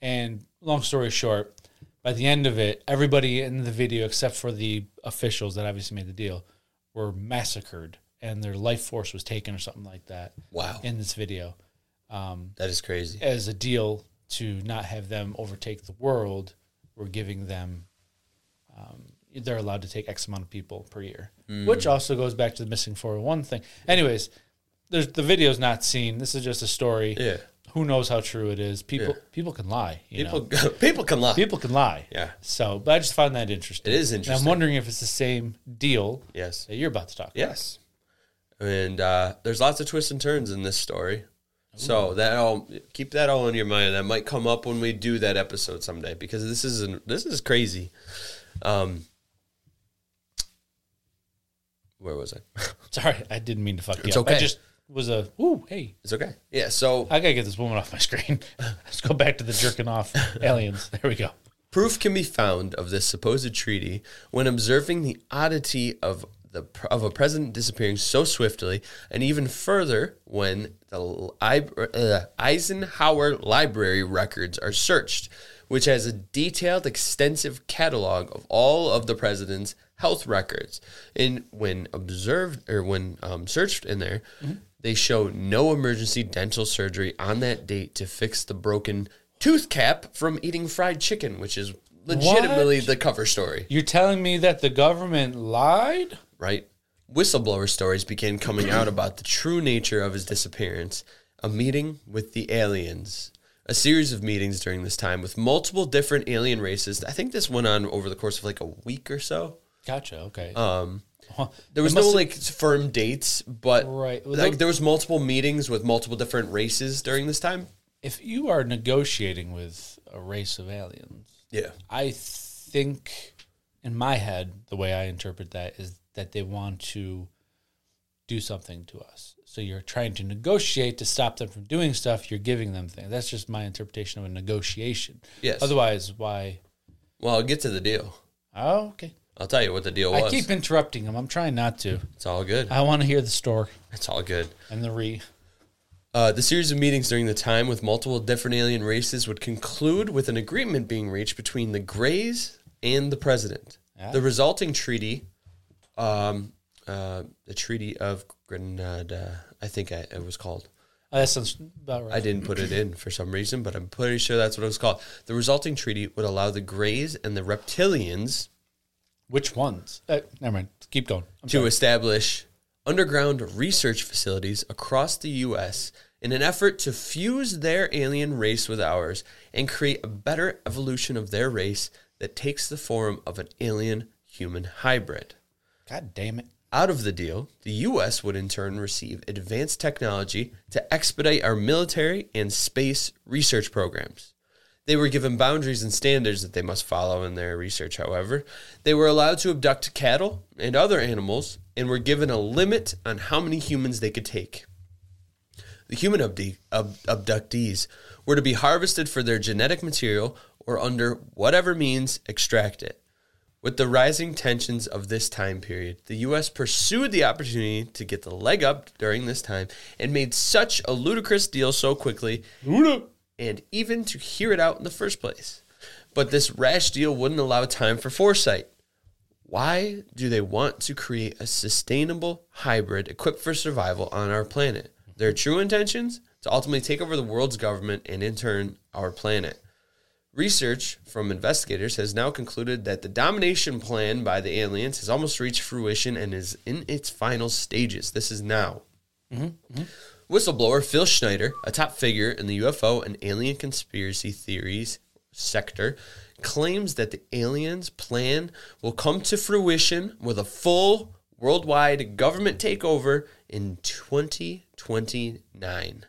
Speaker 2: And long story short, by the end of it, everybody in the video, except for the officials that obviously made the deal, were massacred and their life force was taken or something like that
Speaker 1: Wow.
Speaker 2: in this video
Speaker 1: That is crazy.
Speaker 2: as a deal to not have them overtake the world. We're giving them, um, they're allowed to take X amount of people per year,
Speaker 1: Hmm.
Speaker 2: which also goes back oh to the missing 401 thing. Anyways, there's, the video's not seen. This is just a story.
Speaker 1: Yeah.
Speaker 2: Who knows how true it is? People people can lie. You know?
Speaker 1: People <laughs> people can lie.
Speaker 2: people can lie.
Speaker 1: Yeah.
Speaker 2: So, but I just find that interesting.
Speaker 1: It is
Speaker 2: And
Speaker 1: interesting.
Speaker 2: I'm wondering if it's the same deal
Speaker 1: Yes.
Speaker 2: that you're about to talk.
Speaker 1: Yes. And uh, there's lots of twists and turns in this story. So that all keep that all in your mind. That might come up when we do that episode someday because this is an, this is crazy. Um, where was I?
Speaker 2: About. Sorry, I didn't mean to fuck you
Speaker 1: It's
Speaker 2: up. I
Speaker 1: okay.
Speaker 2: just was a ooh hey.
Speaker 1: It's okay. Yeah. So
Speaker 2: I gotta get this woman off my screen. <laughs> Let's go back to the jerking <laughs> off aliens. There we go.
Speaker 1: Proof can be found of this supposed treaty when observing the oddity of the of a president disappearing so swiftly, and even further when the Lib- uh, Eisenhower Library records are searched, which has a detailed, extensive catalog of all of the president's health records. And when observed or when um, searched in there, they show no emergency dental surgery on that date to fix the broken tooth cap from eating fried chicken, which is legitimately the cover story,
Speaker 2: You're telling me that the government lied?
Speaker 1: right? Whistleblower stories began coming out about the true nature of his disappearance, a meeting with the aliens. A series of meetings during this time with multiple different alien races. I think this went on over the course of like a week or so.
Speaker 2: Gotcha. Okay. Um,
Speaker 1: There was no like firm dates, but
Speaker 2: Right. Well,
Speaker 1: like
Speaker 2: those-
Speaker 1: there was multiple meetings with multiple different races during this time.
Speaker 2: if you are negotiating with a race of aliens,
Speaker 1: Yeah.
Speaker 2: I think in my head, the way I interpret that is that they want to do something to us. So you're trying to negotiate to stop them from doing stuff. You're giving them things. That's just my interpretation of a negotiation.
Speaker 1: Yes.
Speaker 2: Otherwise, why?
Speaker 1: Well, I'll get to the deal.
Speaker 2: Oh, okay.
Speaker 1: I'll tell you what the deal
Speaker 2: I
Speaker 1: was.
Speaker 2: keep interrupting them. I'm trying not to.
Speaker 1: it's all good.
Speaker 2: I want to hear the story
Speaker 1: It's all good.
Speaker 2: and the re.
Speaker 1: Uh, the series of meetings during the time with multiple different alien races would conclude with an agreement being reached between the Greys and the President. The resulting treaty, um, uh, the Treaty of Grenada, I think I, it was called.
Speaker 2: Oh, that sounds about right.
Speaker 1: I didn't put it in for some reason, but I'm pretty sure that's what it was called. The resulting treaty would allow the Greys and the Reptilians
Speaker 2: Which ones? Uh, never mind. Keep going. I'm
Speaker 1: to establish underground research facilities across the U.S. in an effort to fuse their alien race with ours and create a better evolution of their race that takes the form of an alien human hybrid.
Speaker 2: God damn it.
Speaker 1: Out of the deal, the U.S. would in turn receive advanced technology to expedite our military and space research programs. They were given boundaries and standards that they must follow in their research, however. They were allowed to abduct cattle and other animals and were given a limit on how many humans they could take. The human abdu- ab- abductees were to be harvested for their genetic material or under whatever means extract it. With the rising tensions of this time period, the U.S. pursued the opportunity to get the leg up during this time and made such a ludicrous deal so quickly and even to hear it out in the first place. But this rash deal wouldn't allow time for foresight. Why do they want to create a sustainable hybrid equipped for survival on our planet? Their true intentions? To ultimately take over the world's government and in turn our planet. Research from investigators has now concluded that the domination plan by the aliens has almost reached fruition and is in its final stages. This is now. Whistleblower Phil Schneider, a top figure in the UFO and alien conspiracy theories sector, claims that the aliens' plan will come to fruition with a full worldwide government takeover in 2029,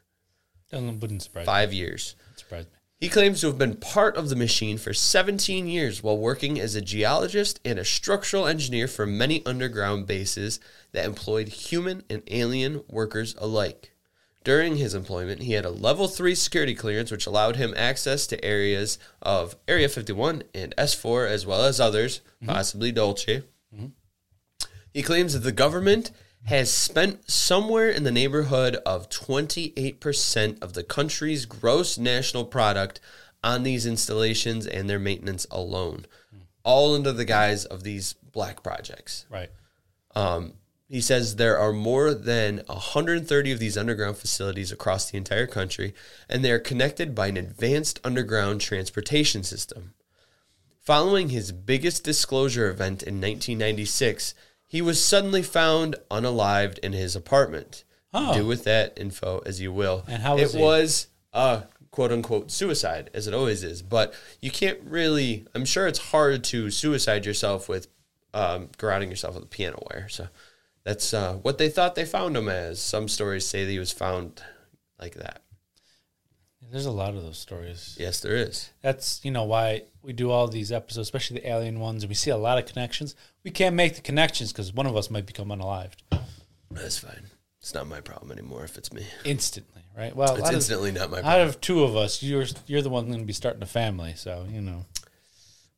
Speaker 2: Doesn't, wouldn't surprise me.
Speaker 1: five years.
Speaker 2: Surprise me.
Speaker 1: He claims to have been part of the machine for 17 years while working as a geologist and a structural engineer for many underground bases that employed human and alien workers alike. During his employment, he had a level 3 security clearance which allowed him access to areas of Area 51 and S4 as well as others, possibly Dolce. He claims that the government has spent somewhere in the neighborhood of 28% of the country's gross national product on these installations and their maintenance alone, all under the guise of these black projects.
Speaker 2: Right.
Speaker 1: He says there are more than 130 of these underground facilities across the entire country, and they are connected by an advanced underground transportation system. Following his biggest disclosure event in 1996, he was suddenly found unalived in his apartment. Do with that info as you will.
Speaker 2: And how
Speaker 1: it
Speaker 2: was he?
Speaker 1: was uh, quote unquote suicide, as it always is. But you can't really, I'm sure it's hard to suicide yourself with um, grounding yourself with a piano wire. So that's uh, what they thought they found him as. Some stories say that he was found like that.
Speaker 2: There's a lot of those stories.
Speaker 1: Yes, there is.
Speaker 2: That's you know why we do all these episodes, especially the alien ones, and we see a lot of connections. We can't make the connections because one of us might become unalived
Speaker 1: That's fine. It's not my problem anymore if it's me.
Speaker 2: instantly, right? Well,
Speaker 1: It's
Speaker 2: out of,
Speaker 1: instantly not my problem.
Speaker 2: out of two of us, you're you're the one going to be starting a family, so you know.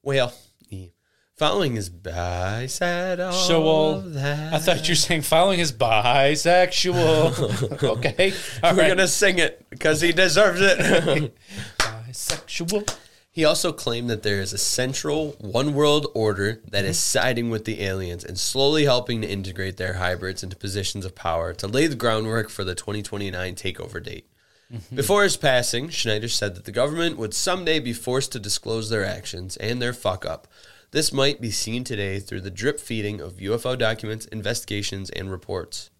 Speaker 1: Well, yeah. following is bisexual.
Speaker 2: So well,
Speaker 1: that.
Speaker 2: I thought you were saying following is <laughs> bisexual. okay, all
Speaker 1: we're
Speaker 2: right.
Speaker 1: gonna sing it because he deserves it. <laughs>
Speaker 2: bisexual.
Speaker 1: he also claimed that there is a central one world order that is siding with the aliens and slowly helping to integrate their hybrids into positions of power to lay the groundwork for the 2029 takeover date. Before his passing, Schneider said that the government would someday be forced to disclose their actions and their fuck up. This might be seen today through the drip feeding of UFO documents, investigations, and reports.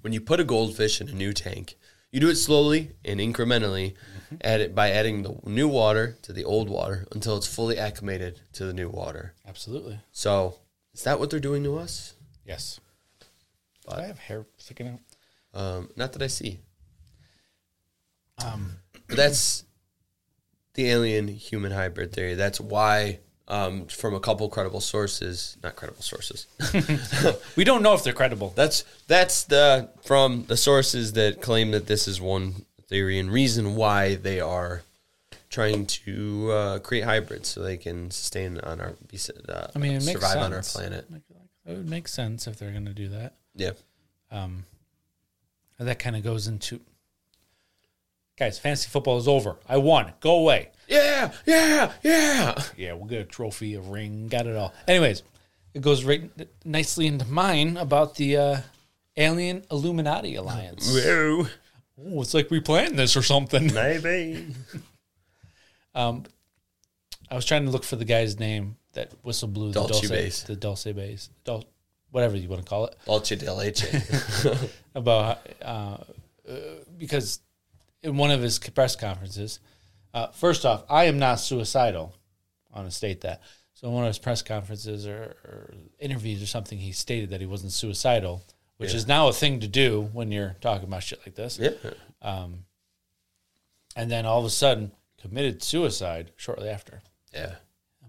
Speaker 1: When you put a goldfish in a new tank, you do it slowly and incrementally add it by adding the new water to the old water until it's fully acclimated to the new water.
Speaker 2: Absolutely.
Speaker 1: So, is that what they're doing to us?
Speaker 2: Yes. Do I have hair sticking out.
Speaker 1: Um, not that I see.
Speaker 2: Um,
Speaker 1: But that's the alien human hybrid theory. That's why, um, from a couple credible sources, not credible sources.
Speaker 2: we don't know if they're credible.
Speaker 1: that's that's the from the sources that claim that this is one theory and reason why they are trying to uh, create hybrids so they can sustain on our be s- uh,
Speaker 2: I mean, it makes
Speaker 1: survive on our
Speaker 2: sense.
Speaker 1: planet.
Speaker 2: Like, It would make sense if they're going to do that.
Speaker 1: Yeah,
Speaker 2: Um, and that kind of goes into guys. Fantasy football is over. I won. Go away.
Speaker 1: yeah, yeah, yeah.
Speaker 2: Yeah, we'll get a trophy, a ring, got it all. Anyways, it goes right nicely into mine about the uh, alien Illuminati alliance.
Speaker 1: Whoa,
Speaker 2: Ooh, it's like we planned this or something. <laughs>
Speaker 1: maybe.
Speaker 2: Um, I was trying to look for the guy's name that whistle blew the
Speaker 1: Dulce
Speaker 2: dulce,
Speaker 1: bass.
Speaker 2: the dulce bass, dul, whatever you want to call it.
Speaker 1: Dolce de leche.
Speaker 2: about uh, uh, because in one of his press conferences, uh, first off, I am not suicidal. I want to state that. So in one of his press conferences or, or interviews or something, he stated that he wasn't suicidal, which is now a thing to do when you're talking about shit like
Speaker 1: <laughs>
Speaker 2: this.
Speaker 1: yeah,
Speaker 2: And then all of a sudden, committed suicide shortly after.
Speaker 1: yeah.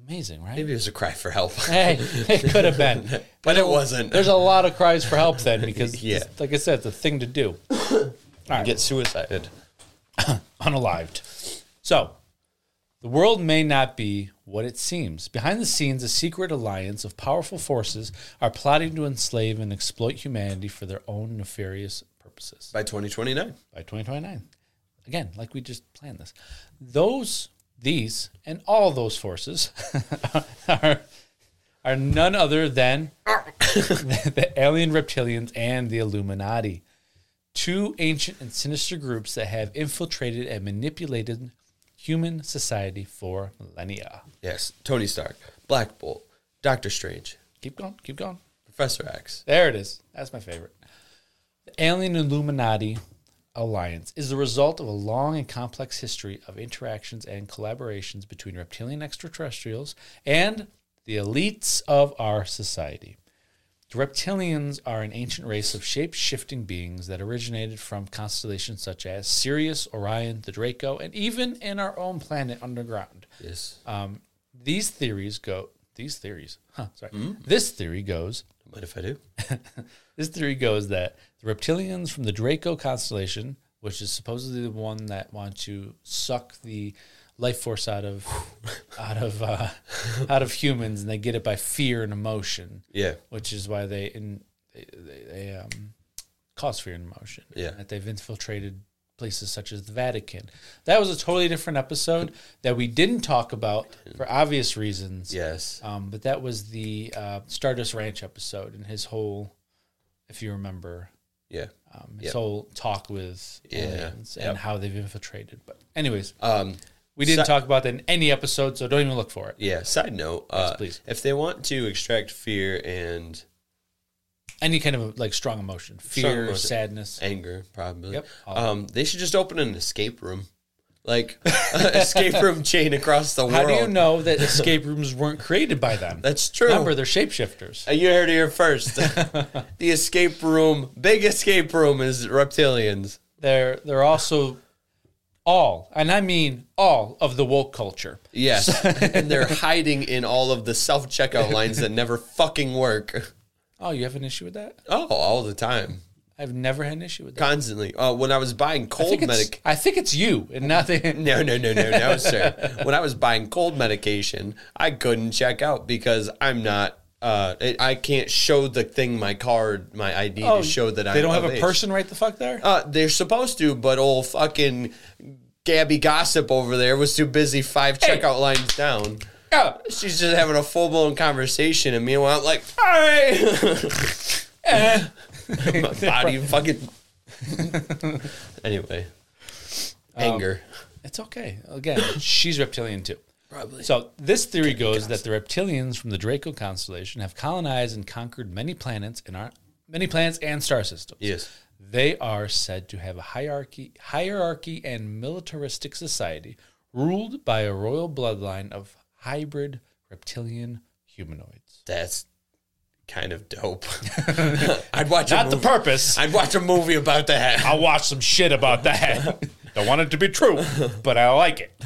Speaker 2: Amazing, right?
Speaker 1: Maybe it was a cry for
Speaker 2: <laughs>
Speaker 1: help, <laughs>
Speaker 2: Hey, it could have been.
Speaker 1: but it wasn't.
Speaker 2: There's a lot of cries for help then because,
Speaker 1: <laughs> Yeah.
Speaker 2: like I said, it's a thing to do.
Speaker 1: Get suicided.
Speaker 2: unalived. So, the world may not be what it seems. Behind the scenes, a secret alliance of powerful forces are plotting to enslave and exploit humanity for their own nefarious purposes
Speaker 1: by 2029.
Speaker 2: by 2029. Again, like we just planned this. Those, these, and all those forces <laughs> are, are none other than <coughs> the, the alien reptilians and the Illuminati, two ancient and sinister groups that have infiltrated and manipulated human society for millennia.
Speaker 1: Yes, Tony Stark, Black Bolt, Doctor Strange,
Speaker 2: Keep going, keep going.
Speaker 1: Professor X.
Speaker 2: There it is. That's my favorite. The Alien Illuminati Alliance is the result of a long and complex history of interactions and collaborations between reptilian extraterrestrials and the elites of our society. The reptilians are an ancient race of shape shifting beings that originated from constellations such as Sirius, Orion, the Draco, and even in our own planet underground.
Speaker 1: Yes,
Speaker 2: Um, these theories go. These theories, huh? Sorry. This theory goes
Speaker 1: mind if I do?
Speaker 2: this theory goes that the reptilians from the Draco constellation, which is supposedly the one that wants to suck the life force out of <laughs> out of
Speaker 1: <laughs>
Speaker 2: uh, out of humans, and they get it by fear and emotion,
Speaker 1: Yeah,
Speaker 2: which is why they in they, they, they um, cause fear and emotion.
Speaker 1: Yeah.
Speaker 2: that they've infiltrated places such as the Vatican. That was a totally different episode that we didn't talk about for obvious reasons.
Speaker 1: yes.
Speaker 2: Um, but that was the uh, Stardust Ranch episode and his whole, if you remember,
Speaker 1: Yeah.
Speaker 2: um, his whole talk with
Speaker 1: Yeah.
Speaker 2: aliens and
Speaker 1: Yep.
Speaker 2: how they've infiltrated. But anyways,
Speaker 1: Um,
Speaker 2: we didn't
Speaker 1: so-
Speaker 2: talk about that in any episode, so don't even look for it.
Speaker 1: yeah. Side note, uh,
Speaker 2: please.
Speaker 1: if they want to extract fear and
Speaker 2: any kind of like strong emotion, fear,
Speaker 1: emotion.
Speaker 2: sadness.
Speaker 1: anger probably.
Speaker 2: Yep.
Speaker 1: Um, they should just open an escape room, like <laughs> escape
Speaker 2: <laughs>
Speaker 1: room chain across the world.
Speaker 2: How do you know
Speaker 1: <laughs>
Speaker 2: that escape rooms weren't created by them?
Speaker 1: That's true.
Speaker 2: Remember, they're shapeshifters.
Speaker 1: Uh, You heard it here
Speaker 2: <laughs>
Speaker 1: first. the escape room, big escape room, is reptilians.
Speaker 2: They're they're also all, and I mean all of the woke culture. <laughs>
Speaker 1: Yes, and they're hiding in all of the self checkout lines that never fucking
Speaker 2: <laughs>
Speaker 1: work.
Speaker 2: Oh, you have an issue with that?
Speaker 1: Oh, all the time,
Speaker 2: I've never had an issue with that.
Speaker 1: constantly. Uh, when I was buying
Speaker 2: I
Speaker 1: cold
Speaker 2: think, it's,
Speaker 1: medic,
Speaker 2: I think it's you and nothing.
Speaker 1: <laughs> no, no, no, no, no,
Speaker 2: <laughs>
Speaker 1: sir. When I was buying cold medication, I couldn't check out because I'm not. Uh, it, I can't show the thing my card, my ID
Speaker 2: Oh,
Speaker 1: to show that
Speaker 2: they
Speaker 1: I'm.
Speaker 2: don't have
Speaker 1: of
Speaker 2: a
Speaker 1: age.
Speaker 2: person right the fuck there.
Speaker 1: Uh, they're supposed to, but old fucking Gabby Gossip over there was too busy five checkout lines down.
Speaker 2: Oh,
Speaker 1: She's just having a full blown conversation, and meanwhile, I'm like, hey,
Speaker 2: <laughs> eh.
Speaker 1: <laughs> my body fucking.
Speaker 2: <laughs>
Speaker 1: anyway,
Speaker 2: Um,
Speaker 1: anger.
Speaker 2: It's okay. Again, she's reptilian too.
Speaker 1: Probably.
Speaker 2: So this theory goes that the reptilians from the Draco constellation have colonized and conquered many planets and are many planets and star systems.
Speaker 1: Yes.
Speaker 2: They are said to have a hierarchy, hierarchy and militaristic society ruled by a royal bloodline of hybrid reptilian humanoids.
Speaker 1: That's kind of
Speaker 2: <laughs>
Speaker 1: dope. I'd watch a
Speaker 2: Not the
Speaker 1: movie.
Speaker 2: purpose.
Speaker 1: I'd watch a movie about that.
Speaker 2: <laughs> I watched some shit about that. Don't want it to be true, but I like it.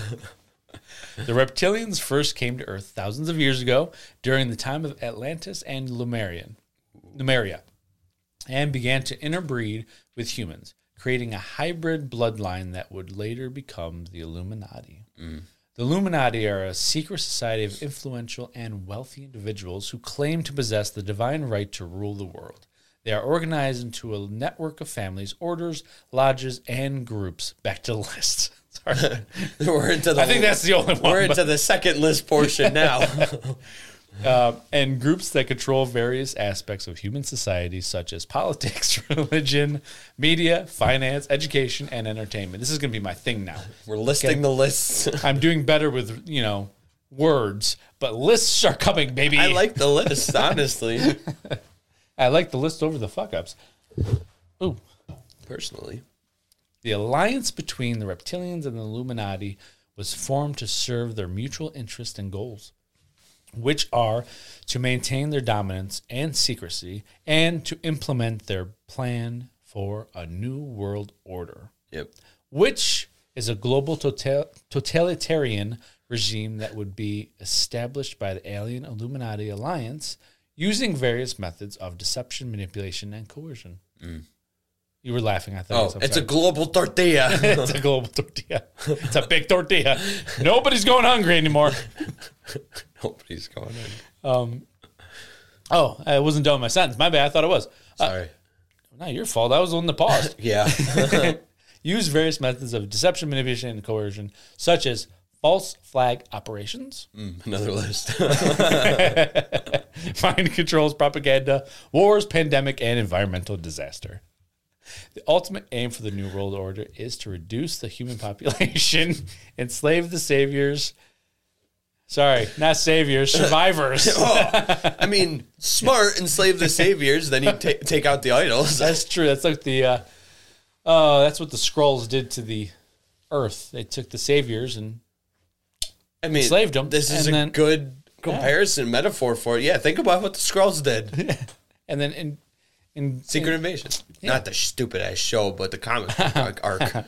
Speaker 2: The reptilians first came to Earth thousands of years ago during the time of Atlantis and Lumerian, Lumeria, and began to interbreed with humans, creating a hybrid bloodline that would later become the Illuminati. The Illuminati are a secret society of influential and wealthy individuals who claim to possess the divine right to rule the world. They are organized into a network of families, orders, lodges, and groups. Back to the list. <laughs> Sorry.
Speaker 1: We're into the.
Speaker 2: I think that's the only
Speaker 1: <laughs>
Speaker 2: one.
Speaker 1: We're
Speaker 2: but-
Speaker 1: into the second list
Speaker 2: <laughs>
Speaker 1: portion now.
Speaker 2: um, and groups that control various aspects of human society, such as politics, <laughs> religion, media, finance, education, and entertainment. This is going to be my thing now.
Speaker 1: We're listing the
Speaker 2: <laughs>
Speaker 1: lists.
Speaker 2: I'm doing better with you know words, but lists are coming, baby.
Speaker 1: I like the list, honestly.
Speaker 2: I like the list over the fuck ups. Ooh.
Speaker 1: <laughs> Personally,
Speaker 2: The alliance between the reptilians and the Illuminati was formed to serve their mutual interests and goals, which are to maintain their dominance and secrecy and to implement their plan for a new world order,
Speaker 1: yep.
Speaker 2: which is a global total- totalitarian regime that would be established by the Alien Illuminati Alliance using various methods of deception, manipulation, and coercion. You were laughing, I thought.
Speaker 1: Mm. Oh,
Speaker 2: I'm
Speaker 1: it's
Speaker 2: sorry
Speaker 1: a global
Speaker 2: <laughs>
Speaker 1: tortilla. <laughs>
Speaker 2: it's a global tortilla. It's a big tortilla. Nobody's going hungry anymore.
Speaker 1: Nobody's going in.
Speaker 2: Oh, I wasn't done with my sentence. My bad. I thought it was. Uh,
Speaker 1: Sorry.
Speaker 2: not your fault. I was the one
Speaker 1: <laughs>
Speaker 2: that paused.
Speaker 1: yeah.
Speaker 2: Use various methods of deception, manipulation, and coercion, such as false flag operations,
Speaker 1: Another
Speaker 2: <laughs>
Speaker 1: list.
Speaker 2: mind controls, propaganda, wars, pandemic, and environmental disaster. The ultimate aim for the New World Order is to reduce the human <laughs> population, enslave the saviors. Sorry, not saviors, survivors.
Speaker 1: Oh, I mean, smart, enslave the saviors, then
Speaker 2: <laughs>
Speaker 1: you ta take out the idols.
Speaker 2: That's true. That's like the uh, oh, that's what the scrolls did to the earth. They took the saviors and
Speaker 1: I mean,
Speaker 2: Enslaved 'em,
Speaker 1: This is
Speaker 2: and
Speaker 1: a
Speaker 2: then-
Speaker 1: good comparison metaphor for it. Yeah, think about what the Skrulls
Speaker 2: <laughs>
Speaker 1: did.
Speaker 2: and then in in
Speaker 1: Secret Invasion. Not the stupid ass show, but the
Speaker 2: <laughs>
Speaker 1: comic book arc- arc.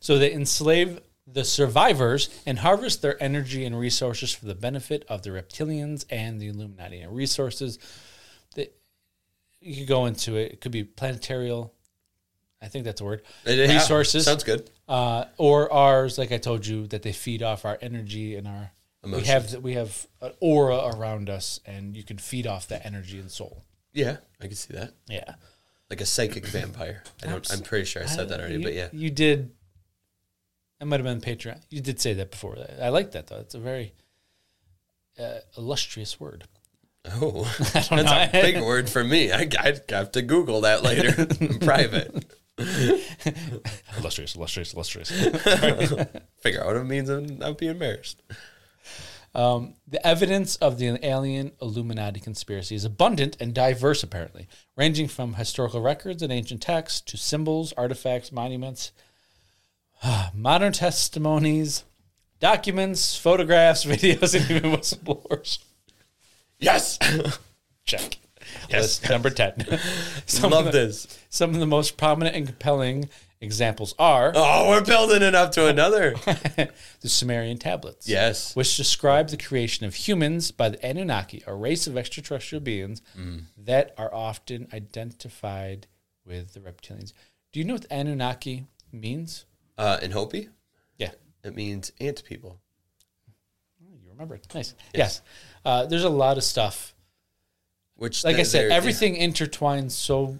Speaker 2: so they enslave the survivors and harvest their energy and resources for the benefit of the reptilians and the Illuminati. And resources that you could go into it. It could be planetarial. I think that's a word.
Speaker 1: Yeah,
Speaker 2: Resources.
Speaker 1: Sounds good.
Speaker 2: uh, or ours, like I told you, that they feed off our energy and our we have we have an aura around us, and you can feed off that energy and soul.
Speaker 1: Yeah, I can see that.
Speaker 2: Yeah,
Speaker 1: Like a psychic vampire. I don't, I'm pretty sure I said that already,
Speaker 2: you,
Speaker 1: but
Speaker 2: <laughs>
Speaker 1: yeah.
Speaker 2: Uh, you did. That might have been Patreon. You did say that before. I like that though. It's a very uh, illustrious word. <laughs>
Speaker 1: Oh, <laughs> that's
Speaker 2: don't
Speaker 1: a
Speaker 2: <laughs> know.
Speaker 1: big word for me. I, I have to Google that later
Speaker 2: <laughs>
Speaker 1: in private. <laughs>
Speaker 2: illustrious, illustrious, illustrious.
Speaker 1: Figure out what it means and not be embarrassed.
Speaker 2: Um, the evidence of the alien Illuminati conspiracy is abundant and diverse, apparently, ranging from historical records and ancient texts to symbols, artifacts, monuments, <sighs> modern testimonies, documents, photographs, <laughs> videos, and even whistleblowers.
Speaker 1: Yes. <laughs>
Speaker 2: Check.
Speaker 1: Yes.
Speaker 2: List
Speaker 1: <laughs>
Speaker 2: number <laughs> 10. some,
Speaker 1: Love
Speaker 2: of the,
Speaker 1: this.
Speaker 2: some of the most prominent and compelling examples are
Speaker 1: Oh, we're building it up to another.
Speaker 2: <laughs> the Sumerian tablets.
Speaker 1: Yes.
Speaker 2: which describe the creation of humans by the Anunnaki, a race of extraterrestrial beings
Speaker 1: Mm.
Speaker 2: that are often identified with the reptilians. Do you know what Anunnaki means?
Speaker 1: Uh, in Hopi,
Speaker 2: Yeah.
Speaker 1: it means ant people.
Speaker 2: You remember it. Nice. Yes. Uh, there's a lot of stuff.
Speaker 1: Which,
Speaker 2: Like I
Speaker 1: th-
Speaker 2: said,
Speaker 1: they're-
Speaker 2: everything intertwines so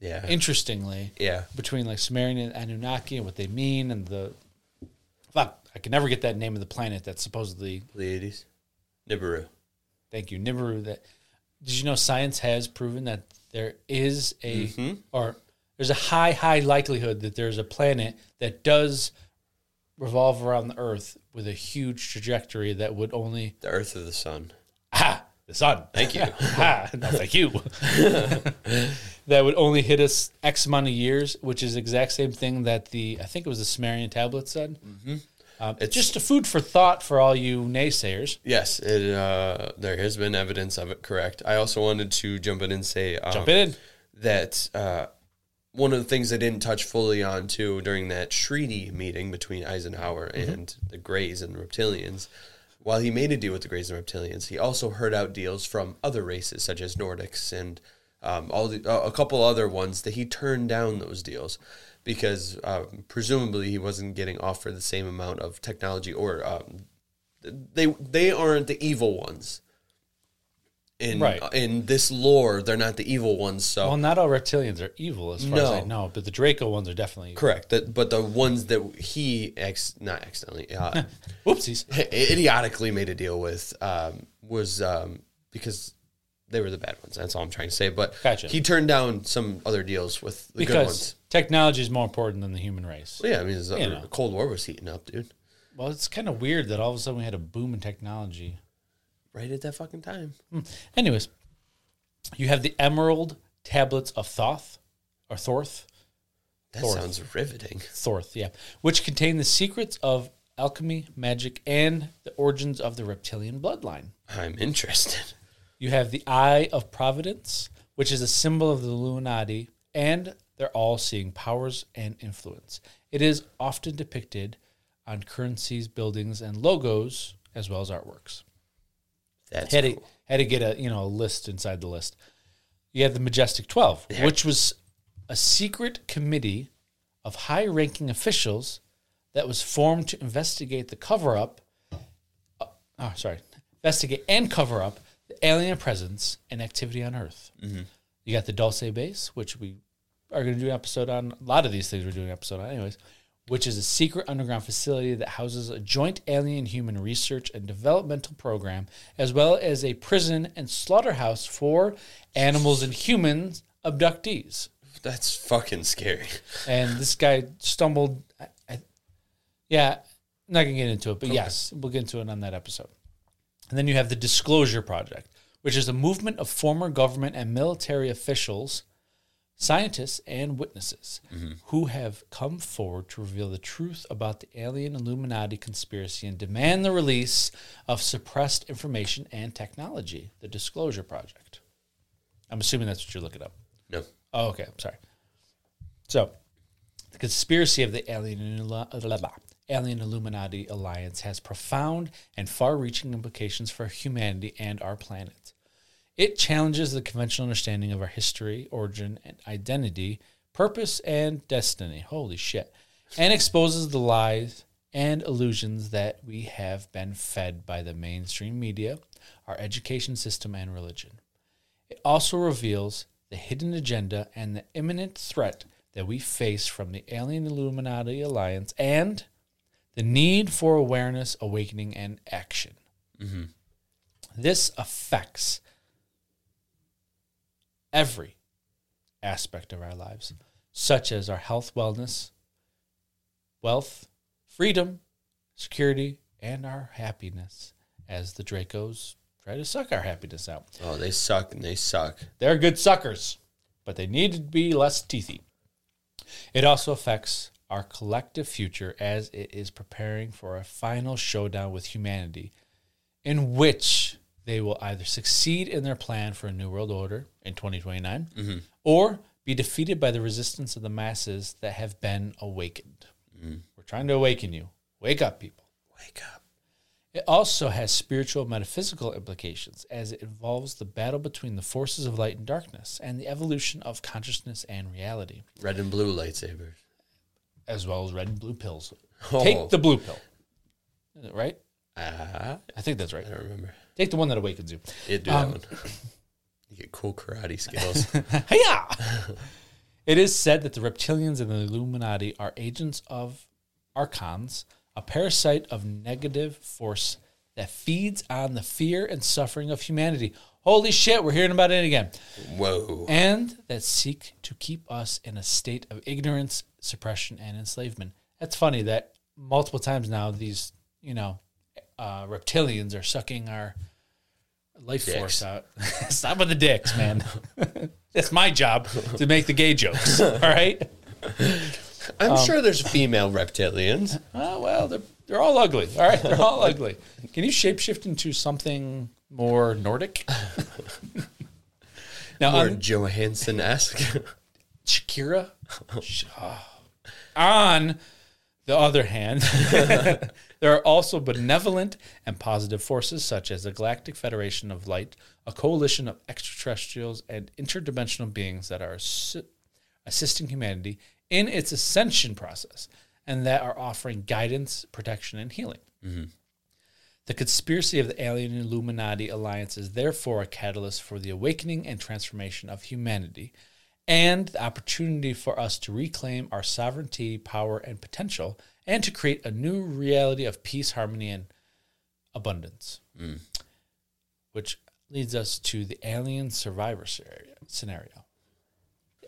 Speaker 1: Yeah.
Speaker 2: interestingly
Speaker 1: yeah.
Speaker 2: between like Sumerian and Anunnaki and what they mean and the. Fuck, I can never get that name of the planet that's supposedly
Speaker 1: Pleiades, Nibiru.
Speaker 2: Thank you, Nibiru. That did you know? Science has proven that there is a or there's a high, high likelihood that there's a planet that does revolve around the Earth with a huge trajectory that would only
Speaker 1: The Earth of the Sun.
Speaker 2: ah the sun.
Speaker 1: <laughs> Thank you.
Speaker 2: ah, no, thank you. <laughs> that would only hit us X amount of years, which is the exact same thing that the I think it was the Sumerian tablet said.
Speaker 1: Mm-hmm.
Speaker 2: Um, it's just a food for thought for all you naysayers.
Speaker 1: Yes, it, uh, there has been evidence of it. Correct. I also wanted to jump in and say um,
Speaker 2: Jump in.
Speaker 1: that uh, one of the things I didn't touch fully on too during that treaty meeting between Eisenhower and the Greys and reptilians. While he made a deal with the Greys and reptilians, he also heard out deals from other races such as Nordics and um, all the, uh, a couple other ones that he turned down those deals because uh, presumably he wasn't getting offered the same amount of technology or um, they they aren't the evil ones. In
Speaker 2: Right.
Speaker 1: in this lore, they're not the evil ones. So
Speaker 2: Well, not all reptilians are evil, as far as I
Speaker 1: No.
Speaker 2: know, but the Draco ones are definitely. Evil.
Speaker 1: Correct. That, but the ones that he ex not accidentally uh,
Speaker 2: <laughs> Oopsies.
Speaker 1: idiotically made a deal with um, was um, because they were the bad ones. That's all I'm trying to say. But
Speaker 2: Gotcha.
Speaker 1: he turned down some other deals with the good
Speaker 2: Because
Speaker 1: ones.
Speaker 2: technology is more important than the human race.
Speaker 1: Well, yeah, I mean, it's-
Speaker 2: You know.
Speaker 1: Cold War was heating up, dude.
Speaker 2: Well, it's kind of weird that all of a sudden we had a boom in technology.
Speaker 1: Right at that fucking time.
Speaker 2: Anyways, you have the Emerald Tablets of Thoth, or Thorth,
Speaker 1: That
Speaker 2: Thorth.
Speaker 1: sounds riveting.
Speaker 2: Thorth, yeah, which contain the secrets of alchemy, magic, and the origins of the reptilian bloodline.
Speaker 1: I'm interested. <laughs>
Speaker 2: You have the Eye of Providence, which is a symbol of the Illuminati and their all seeing powers and influence. It is often depicted on currencies, buildings, and logos, as well as artworks.
Speaker 1: That's
Speaker 2: Had to,
Speaker 1: cool.
Speaker 2: had to get a you know a list inside the list. You have the Majestic Twelve, which was a secret committee of high ranking officials that was formed to investigate the cover up oh, sorry, investigate and cover up the alien presence and activity on Earth.
Speaker 1: Mm-hmm.
Speaker 2: You got the Dulce base, which we are going to do an episode on. A lot of these things we're doing an episode on, anyways, which is a secret underground facility that houses a joint alien human research and developmental program, as well as a prison and slaughterhouse for animals and humans abductees
Speaker 1: That's fucking scary. <laughs>
Speaker 2: and this guy stumbled. I, I, yeah, not gonna get into it, but yes, we'll get into it on that episode. And then you have the Disclosure Project, which is a movement of former government and military officials, scientists, and witnesses who have come forward to reveal the truth about the alien Illuminati conspiracy and demand the release of suppressed information and technology. The Disclosure Project. I'm assuming that's what you're looking up.
Speaker 1: No.
Speaker 2: Oh, okay. I'm sorry. So, the conspiracy of the alien, alien Illuminati alliance has profound and far reaching implications for humanity and our planet. It challenges the conventional understanding of our history, origin, and identity, purpose, and destiny. Holy shit. And exposes the lies and illusions that we have been fed by the mainstream media, our education system, and religion. It also reveals the hidden agenda and the imminent threat that we face from the Alien Illuminati Alliance and the need for awareness, awakening, and action. This affects every aspect of our lives, such as our health, wellness, wealth, freedom, security, and our happiness as the Dracos try to suck our happiness out.
Speaker 1: Oh, they suck and they suck.
Speaker 2: They're good suckers, but they need to be less teethy. It also affects our collective future as it is preparing for a final showdown with humanity, in which they will either succeed in their plan for a new world order in 2029 or be defeated by the resistance of the masses that have been awakened. We're trying to awaken you. Wake up, people.
Speaker 1: Wake up.
Speaker 2: It also has spiritual metaphysical implications as it involves the battle between the forces of light and darkness and the evolution of consciousness and reality,
Speaker 1: Red and blue lightsabers.
Speaker 2: as well as red and blue pills.
Speaker 1: Oh.
Speaker 2: Take the blue pill. Is it Right?
Speaker 1: Ah,
Speaker 2: I think that's right.
Speaker 1: I don't remember.
Speaker 2: Take the one that awakens you. <laughs>
Speaker 1: Yeah, do
Speaker 2: Um,
Speaker 1: that one. You get cool karate skills.
Speaker 2: Hiya! it is said that the reptilians and the Illuminati are agents of archons, a parasite of negative force that feeds on the fear and suffering of humanity. Holy shit, we're hearing about it again.
Speaker 1: Whoa.
Speaker 2: and that seek to keep us in a state of ignorance, suppression, and enslavement. That's funny that multiple times now these, you know, uh, reptilians are sucking our life force out. <laughs> Stop with the dicks, man. That's my job to make the gay jokes. All right.
Speaker 1: I'm
Speaker 2: um,
Speaker 1: sure there's female
Speaker 2: <laughs>
Speaker 1: reptilians.
Speaker 2: Oh well, they're they're all ugly. All right, they're all ugly. Can you shapeshift into something more Nordic? now,
Speaker 1: Or
Speaker 2: on-
Speaker 1: Johansson
Speaker 2: <laughs>
Speaker 1: esque.
Speaker 2: Shakira. Sh- oh. On the other hand, <laughs> there are also benevolent and positive forces such as the Galactic Federation of Light, a coalition of extraterrestrials and interdimensional beings that are assi- assisting humanity in its ascension process and that are offering guidance, protection, and healing. The conspiracy of the Alien Illuminati Alliance is therefore a catalyst for the awakening and transformation of humanity and the opportunity for us to reclaim our sovereignty, power, and potential, and to create a new reality of peace, harmony, and abundance. Which leads us to the alien survivor scenario. scenario.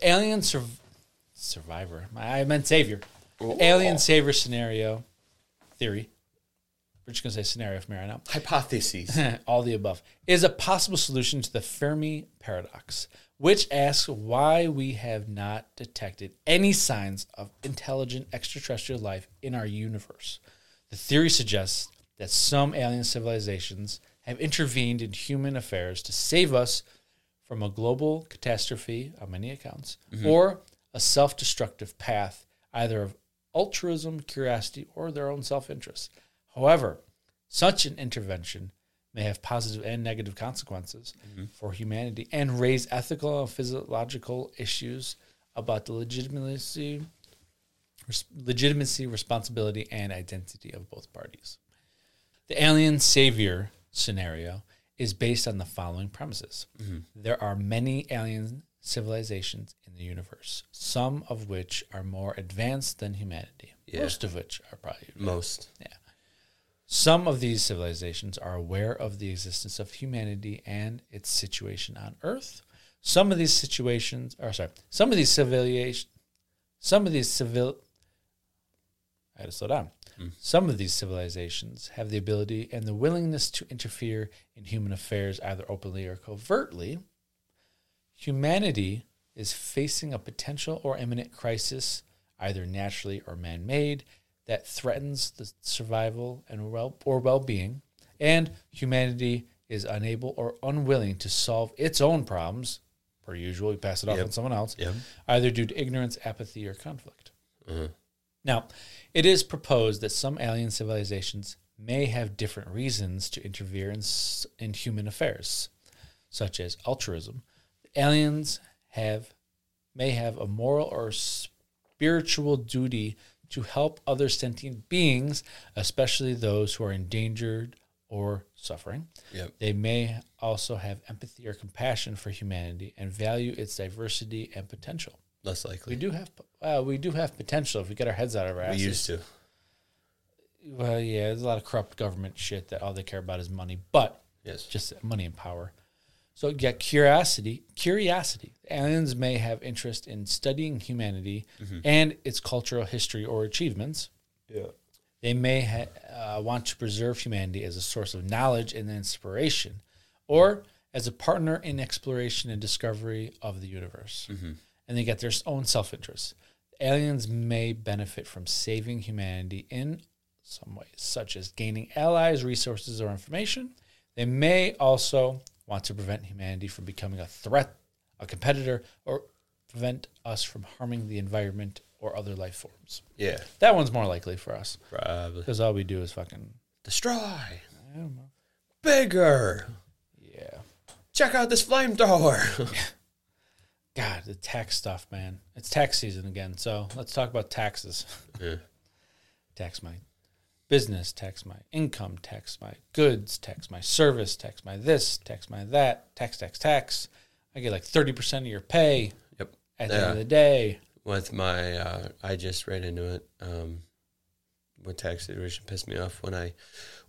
Speaker 2: Alien surv- survivor. I meant savior. Alien savior scenario theory. We're just going to say scenario from here on out. <laughs>
Speaker 1: Hypotheses.
Speaker 2: all the above, is a possible solution to the Fermi paradox, which asks why we have not detected any signs of intelligent extraterrestrial life in our universe. The theory suggests that some alien civilizations have intervened in human affairs to save us from a global catastrophe on many accounts or a self destructive path, either of altruism, curiosity, or their own self interest. However, such an intervention may have positive and negative consequences for humanity and raise ethical and physiological issues about the legitimacy, res- legitimacy, responsibility, and identity of both parties. The alien savior scenario is based on the following premises there are many alien civilizations in the universe, some of which are more advanced than humanity, most of which are probably
Speaker 1: Most.
Speaker 2: some of these civilizations are aware of the existence of humanity and its situation on Earth. Some of these situations, or sorry, some of these civilization, some of these civil, I had to slow down. Some of these civilizations have the ability and the willingness to interfere in human affairs, either openly or covertly. Humanity is facing a potential or imminent crisis, either naturally or man made, that threatens the survival and well, or well being, and humanity is unable or unwilling to solve its own problems, per usual, you pass it off on someone else,
Speaker 1: Yep.
Speaker 2: either due to ignorance, apathy, or conflict. Now, it is proposed that some alien civilizations may have different reasons to interfere in, s- in human affairs, such as altruism. Aliens have may have a moral or spiritual duty to help other sentient beings, especially those who are endangered or suffering.
Speaker 1: Yep.
Speaker 2: They may also have empathy or compassion for humanity and value its diversity and potential.
Speaker 1: Less
Speaker 2: We
Speaker 1: likely.
Speaker 2: do have uh, we do have potential if we get our heads out of our
Speaker 1: We
Speaker 2: asses.
Speaker 1: used to.
Speaker 2: well, yeah, there's a lot of corrupt government shit that all they care about is money, but
Speaker 1: Yes.
Speaker 2: just money and power. So yeah, curiosity, curiosity. Aliens may have interest in studying humanity and its cultural history or achievements.
Speaker 1: Yeah.
Speaker 2: They may ha- uh, want to preserve humanity as a source of knowledge and inspiration, or as a partner in exploration and discovery of the universe. And they get their own self interest. Aliens may benefit from saving humanity in some ways, such as gaining allies, resources, or information. They may also want to prevent humanity from becoming a threat, a competitor, or prevent us from harming the environment or other life forms.
Speaker 1: Yeah,
Speaker 2: That one's more likely for us
Speaker 1: probably.
Speaker 2: because all we do is fucking.
Speaker 1: Destroy.
Speaker 2: I don't know.
Speaker 1: Bigger.
Speaker 2: Yeah.
Speaker 1: Check out this flamethrower.
Speaker 2: God, the tax stuff, man. It's tax season again. So let's talk about taxes. <laughs>
Speaker 1: yeah.
Speaker 2: tax my business, tax my income, tax my goods, tax my service, tax my this, tax my that, tax, tax, tax. I get like 30% of your pay
Speaker 1: <laughs> Yep.
Speaker 2: at the end
Speaker 1: Yeah.
Speaker 2: of the day.
Speaker 1: with my uh, I just ran into it. Um, what tax situation pissed me off when I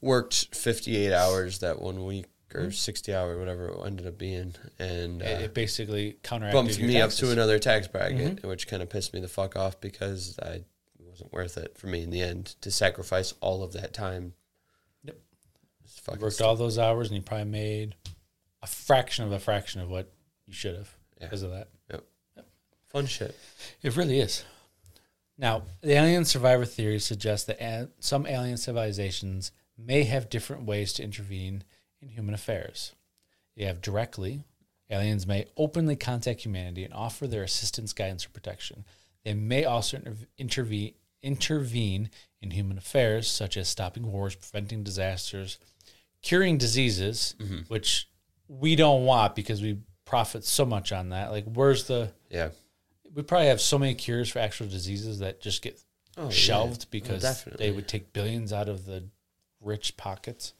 Speaker 1: worked 58 hours that one week or 60 hour whatever it ended up being and uh,
Speaker 2: Mm-hmm. It, it basically counteracted
Speaker 1: bumped
Speaker 2: your
Speaker 1: me up
Speaker 2: taxes. Mm-hmm.
Speaker 1: to another tax bracket which kind of pissed me the fuck off because I it wasn't worth it for me in the end to sacrifice all of that time
Speaker 2: Yep.
Speaker 1: It's fucking
Speaker 2: You worked all those hours and you probably made a fraction of a fraction of what you should have
Speaker 1: Yeah.
Speaker 2: because of that.
Speaker 1: fun shit
Speaker 2: It really is. Now, the alien survivor theory suggests that a- some alien civilizations may have different ways to intervene in human affairs. You have directly, aliens may openly contact humanity and offer their assistance, guidance, or protection. They may also intervene intervene in human affairs, such as stopping wars, preventing disasters, curing diseases, which we don't want because we profit so much on that. Like, where's the
Speaker 1: yeah
Speaker 2: we probably have so many cures for actual diseases that just get
Speaker 1: Oh,
Speaker 2: shelved
Speaker 1: Oh,
Speaker 2: because
Speaker 1: definitely.
Speaker 2: they would take billions out of the rich pockets.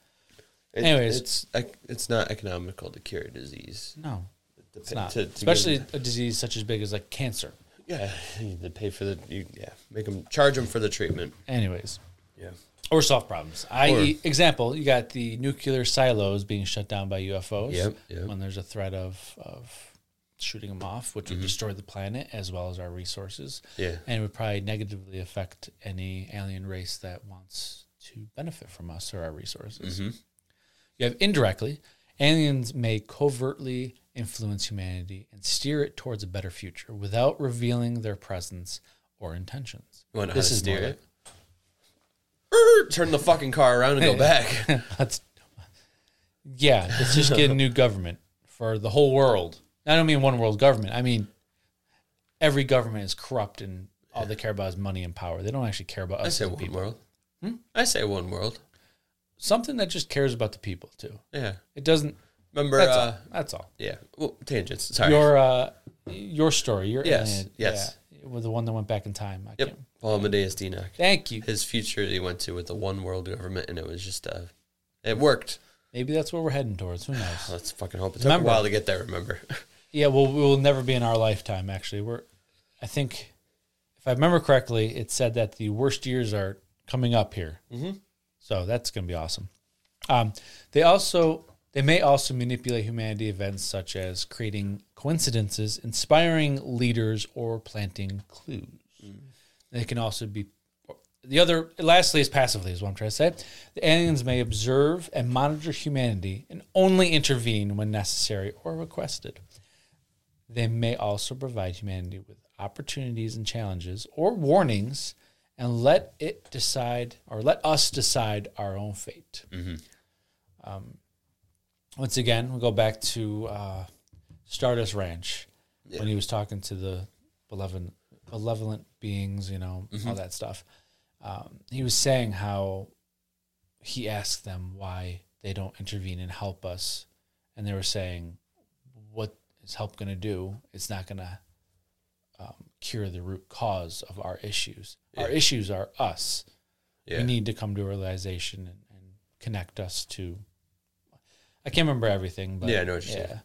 Speaker 1: It-
Speaker 2: Anyways.
Speaker 1: it's ec- it's not economical to cure a disease
Speaker 2: No, it's
Speaker 1: To-
Speaker 2: not.
Speaker 1: to- to give-
Speaker 2: Especially a disease such as big as like cancer.
Speaker 1: Yeah, they pay for the you, yeah, make them charge them for the treatment.
Speaker 2: Anyways,
Speaker 1: Yeah,
Speaker 2: or solve problems. I.e., example, you got the nuclear silos being shut down by UFOs
Speaker 1: Yep, yep.
Speaker 2: when there's a threat of of shooting them off, which would destroy the planet as well as our resources,
Speaker 1: Mm-hmm. yeah,
Speaker 2: and would probably negatively affect any alien race that wants to benefit from us or our resources.
Speaker 1: Mm-hmm.
Speaker 2: You have indirectly, aliens may covertly influence humanity and steer it towards a better future without revealing their presence or intentions.
Speaker 1: You wanna know how to steer
Speaker 2: more
Speaker 1: it? Err, Turn the fucking car around and go back. <laughs>
Speaker 2: like- <laughs> Let's, yeah, let's just get a new government for the whole world. I don't mean one world government. I mean every government is corrupt and all they care about is money and power. They don't actually care about
Speaker 1: I
Speaker 2: us
Speaker 1: say
Speaker 2: as a
Speaker 1: one
Speaker 2: people. Hmm?
Speaker 1: world. I say one world.
Speaker 2: Something that just cares about the people too.
Speaker 1: Yeah,
Speaker 2: It doesn't.
Speaker 1: remember?
Speaker 2: That's
Speaker 1: Uh,
Speaker 2: all. That's all.
Speaker 1: yeah, well, tangents. Sorry.
Speaker 2: Your uh, your story. Your
Speaker 1: Yes,
Speaker 2: alien-
Speaker 1: yes.
Speaker 2: yeah, with the one that went back in time. I
Speaker 1: yep,
Speaker 2: can't-
Speaker 1: Paul Amadeus Dienach.
Speaker 2: Thank you.
Speaker 1: His future that he went to with the one world government, and it was just uh, it worked.
Speaker 2: Maybe that's what we're heading towards. Who knows?
Speaker 1: Let's fucking hope it took
Speaker 2: Remember.
Speaker 1: a while to get there. Remember? <laughs>
Speaker 2: Yeah, well, we will never be in our lifetime. Actually, we're. I think, if I remember correctly, it said that the worst years are coming up here. Mm-hmm. So that's going to be awesome. Um, they also they may also manipulate humanity events such as creating coincidences, inspiring leaders, or planting clues. They can also be the other. Lastly, is passively is what I'm trying to say. The aliens may observe and monitor humanity and only intervene when necessary or requested. They may also provide humanity with opportunities and challenges or warnings and let it decide or let us decide our own fate. Um, once again, we'll go back to uh, Stardust Ranch when he was talking to the benevolent, benevolent beings, you know, all that stuff. Um, he was saying how he asked them why they don't intervene and help us. And they were saying, what is help going to do? It's not going to um, cure the root cause of our issues. Our issues are us.
Speaker 1: Yeah,
Speaker 2: We need to come to a realization and, and connect us to. I can't remember everything, but
Speaker 1: Yeah, I know what you're saying.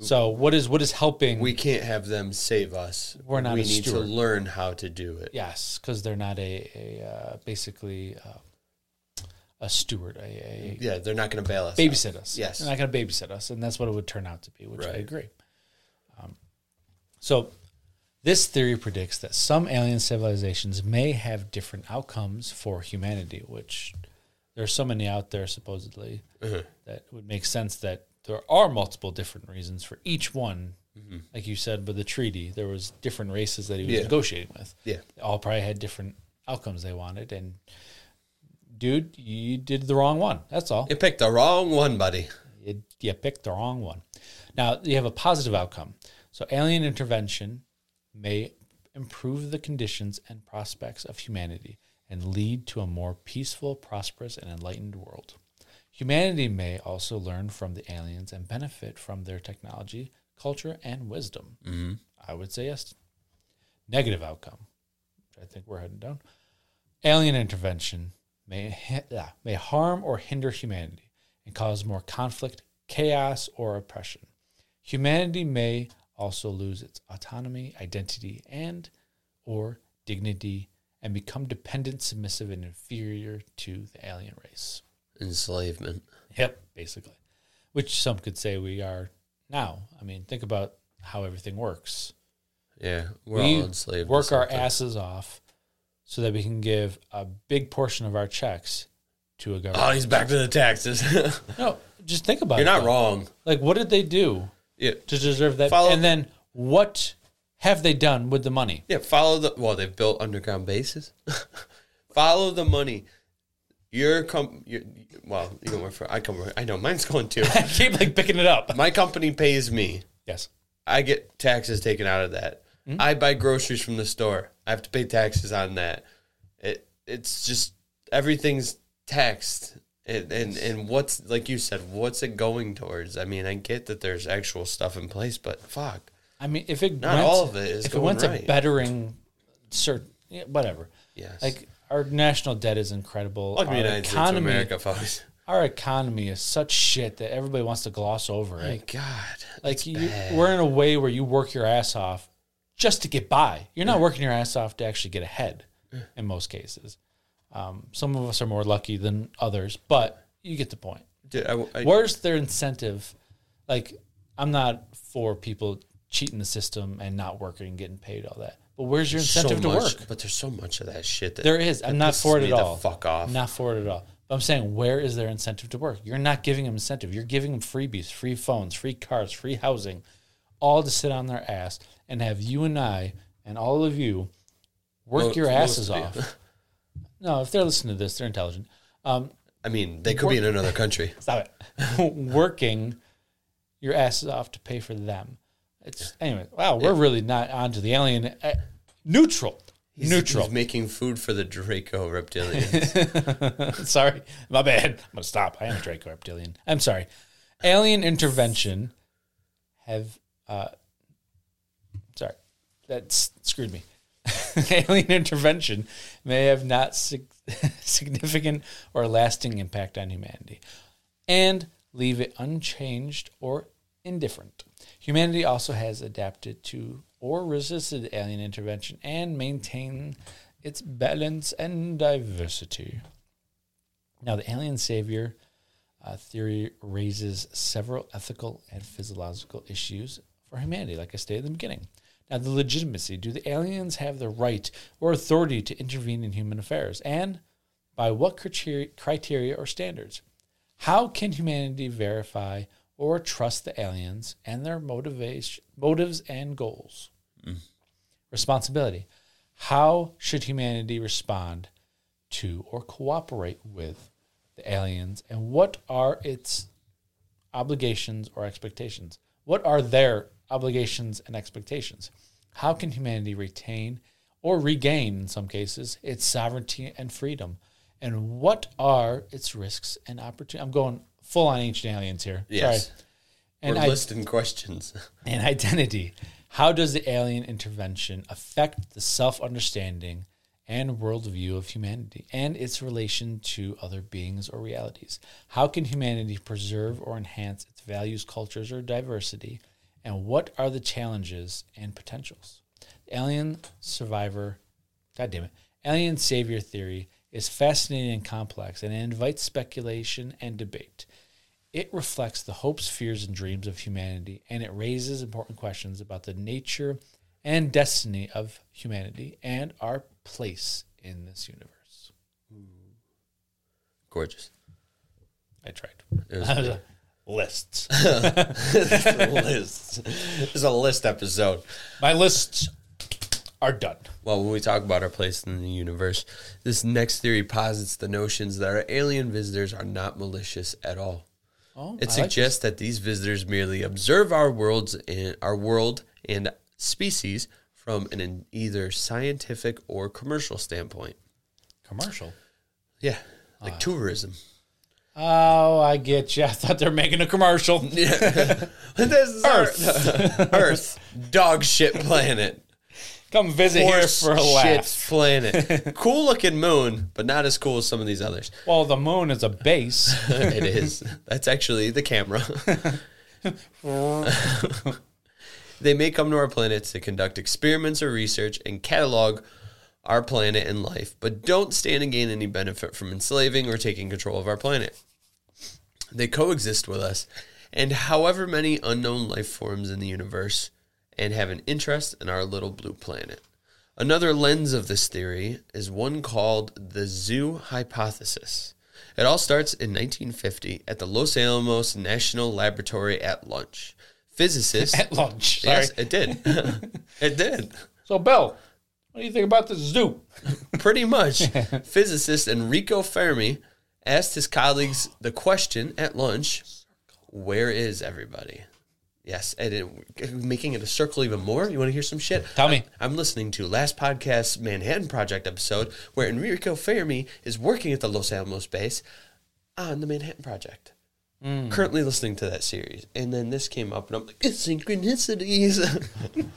Speaker 2: So what is what is helping?
Speaker 1: we can't have them save us.
Speaker 2: We're not
Speaker 1: We
Speaker 2: a
Speaker 1: need to
Speaker 2: steward.
Speaker 1: learn how to do it.
Speaker 2: yes, because they're not a, a uh, basically uh, a steward, a, a
Speaker 1: Yeah, they're not going to bail us. out.
Speaker 2: babysit us.
Speaker 1: Yes.
Speaker 2: they're not going to babysit us, and that's what it would turn out to be, which I
Speaker 1: Right.
Speaker 2: agree. Um, so This theory predicts that some alien civilizations may have different outcomes for humanity, which there are so many out there supposedly
Speaker 1: Uh-huh.
Speaker 2: that would make sense that there are multiple different reasons for each one. Like you said, with the treaty, there was different races that he was
Speaker 1: Mm-hmm. Yeah.
Speaker 2: negotiating with.
Speaker 1: Yeah.
Speaker 2: They all probably had different outcomes they wanted, and dude, you did the wrong one. That's all
Speaker 1: You picked the wrong one, buddy.
Speaker 2: it, you picked the wrong one. Now you have a positive outcome. So alien intervention may improve the conditions and prospects of humanity and lead to a more peaceful, prosperous, and enlightened world. Humanity may also learn from the aliens and benefit from their technology, culture, and wisdom. I would say yes. Negative outcome. I think we're heading down. Alien intervention may ha- yeah, may harm or hinder humanity and cause more conflict, chaos, or oppression. Humanity may also lose its autonomy, identity, and or dignity and become dependent, submissive, and inferior to the alien race.
Speaker 1: Enslavement.
Speaker 2: Yep, basically. Which some could say we are now. I mean, think about how everything works
Speaker 1: Yeah, we're
Speaker 2: we
Speaker 1: all enslaved. to
Speaker 2: work our
Speaker 1: something.
Speaker 2: asses off so that we can give a big portion of our checks to a
Speaker 1: Oh,
Speaker 2: government.
Speaker 1: he's back to the taxes. <laughs> You're
Speaker 2: no, just think about it.
Speaker 1: Uh, not
Speaker 2: though.
Speaker 1: wrong.
Speaker 2: Like, what did they do
Speaker 1: Yeah,
Speaker 2: to deserve that?
Speaker 1: Follow-
Speaker 2: and then what have they done with the money? <laughs>
Speaker 1: yeah. Follow the well. They've built underground bases. <laughs> follow the money. Your com. Your, well, you don't work for. I come. work- I know mine's going
Speaker 2: <laughs>
Speaker 1: too.
Speaker 2: I keep like picking it up.
Speaker 1: My company pays me.
Speaker 2: Yes.
Speaker 1: I get taxes taken out of that.
Speaker 2: Hmm?
Speaker 1: I buy groceries from the store. I have to pay taxes on that. It it's just everything's taxed. And, and and what's like you said, what's it going towards? I mean, I get that there's actual stuff in place, but fuck.
Speaker 2: I mean, if it
Speaker 1: Not
Speaker 2: went,
Speaker 1: all of it is
Speaker 2: if it
Speaker 1: going
Speaker 2: went
Speaker 1: right.
Speaker 2: to bettering, certain yeah, whatever.
Speaker 1: Yes.
Speaker 2: Like our national debt is incredible.
Speaker 1: Fuck the
Speaker 2: our
Speaker 1: United States of America, folks.
Speaker 2: our economy is such shit that everybody wants to gloss over it.
Speaker 1: My God.
Speaker 2: Like you, we're in a way where you work your ass off just to get by. You're not working your ass off to actually get ahead in most cases. Um, some of us are more lucky than others, but you get the point.
Speaker 1: Dude, I, I-
Speaker 2: Where's their incentive? Like, I'm not for people cheating the system and not working, getting paid, all that. But where's your
Speaker 1: so
Speaker 2: incentive to
Speaker 1: much-
Speaker 2: work?
Speaker 1: But there's so much of that shit that
Speaker 2: There is. I'm not
Speaker 1: pisses
Speaker 2: for it
Speaker 1: me
Speaker 2: at
Speaker 1: the
Speaker 2: all.
Speaker 1: fuck off.
Speaker 2: Not for it at all. But I'm saying, where is their incentive to work? You're not giving them incentive. You're giving them freebies, free phones, free cars, free housing, all to sit on their ass and have you and I and all of you work
Speaker 1: Most-
Speaker 2: your asses
Speaker 1: most-
Speaker 2: off. no, if they're listening to this, they're intelligent. Um,
Speaker 1: I mean, they could be in another country.
Speaker 2: stop
Speaker 1: <laughs>
Speaker 2: it. Working your asses off to pay for them. It's anyway. Wow, we're really not onto the alien. Uh, neutral. neutral.
Speaker 1: He's making food for the Draco reptilian.
Speaker 2: <laughs> sorry, my bad. I'm gonna stop. I am a Draco reptilian. I'm sorry. Alien intervention have uh, sorry, that s- screwed me. <laughs> Alien intervention may have not sig- <laughs> significant or lasting impact on humanity, and leave it unchanged or indifferent. Humanity also has adapted to or resisted alien intervention and maintain its balance and diversity. Now, the alien savior uh, theory raises several ethical and physiological issues for humanity, like I stated in the beginning. Now, the legitimacy do the aliens have the right or authority to intervene in human affairs? And by what criteria, criteria or standards? How can humanity verify or trust the aliens and their motivation, motives and goals? Responsibility. How should humanity respond to or cooperate with the aliens and what are its obligations or expectations? What are their obligations and expectations? How can humanity retain or regain, in some cases, its sovereignty and freedom? And what are its risks and opportunities? I'm going full on ancient aliens here.
Speaker 1: Yes.
Speaker 2: Sorry.
Speaker 1: We're
Speaker 2: <laughs> And I
Speaker 1: listing questions. <laughs>
Speaker 2: and <laughs> identity. How does the alien intervention affect the self understanding and worldview of humanity and its relation to other beings or realities? How can humanity preserve or enhance its values, cultures, or diversity? And what are the challenges and potentials? Alien survivor, God damn it, alien savior theory is fascinating and complex and it invites speculation and debate. It reflects the hopes, fears, and dreams of humanity, and it raises important questions about the nature and destiny of humanity and our place in this universe.
Speaker 1: Gorgeous.
Speaker 2: <laughs> I tried.
Speaker 1: It was
Speaker 2: lists.
Speaker 1: <laughs> lists. This is a list episode.
Speaker 2: <laughs> My lists are done.
Speaker 1: Well, when we talk about our place in the universe, this next theory posits the notions that our alien visitors are not malicious at all.
Speaker 2: Oh,
Speaker 1: It
Speaker 2: I like
Speaker 1: suggests that these visitors merely observe our worlds and our world and species from an, an either scientific or commercial standpoint.
Speaker 2: commercial.
Speaker 1: Yeah,
Speaker 2: Ah.
Speaker 1: like
Speaker 2: <laughs>
Speaker 1: tourism. <laughs>
Speaker 2: Oh, I get you. <laughs> I thought they're making
Speaker 1: <laughs>
Speaker 2: a commercial.
Speaker 1: this is Earth, Earth, dog shit planet,
Speaker 2: Come visit
Speaker 1: horse
Speaker 2: here for a
Speaker 1: shit
Speaker 2: laugh. <laughs>
Speaker 1: planet. cool looking moon, but not as cool as some of these others. <laughs>
Speaker 2: Well, the moon is a base. <laughs>
Speaker 1: it is. That's actually the camera. <laughs> they may come to our planet to conduct experiments or research and catalog our planet and life, but don't stand and gain any benefit from enslaving or taking control of our planet. They coexist with us and however many unknown life forms in the universe and have an interest in our little blue planet. Another lens of this theory is one called the zoo hypothesis. It all starts in 1950 at the Los Alamos National Laboratory at lunch. Physicists.
Speaker 2: At lunch. Sorry.
Speaker 1: yes, it did. it did.
Speaker 2: So, Bill, what do you think about the zoo?
Speaker 1: Pretty much. Physicist Enrico Fermi asked his colleagues the question at lunch Where is everybody? Yes, and it, making it a circle even more. You want to hear some shit?
Speaker 2: Tell me.
Speaker 1: I'm listening to last podcast's Manhattan Project episode where Enrico Fermi is working at the Los Alamos base on the Manhattan Project. Currently listening to that series. And then this came up, and I'm like, it's synchronicities. <laughs>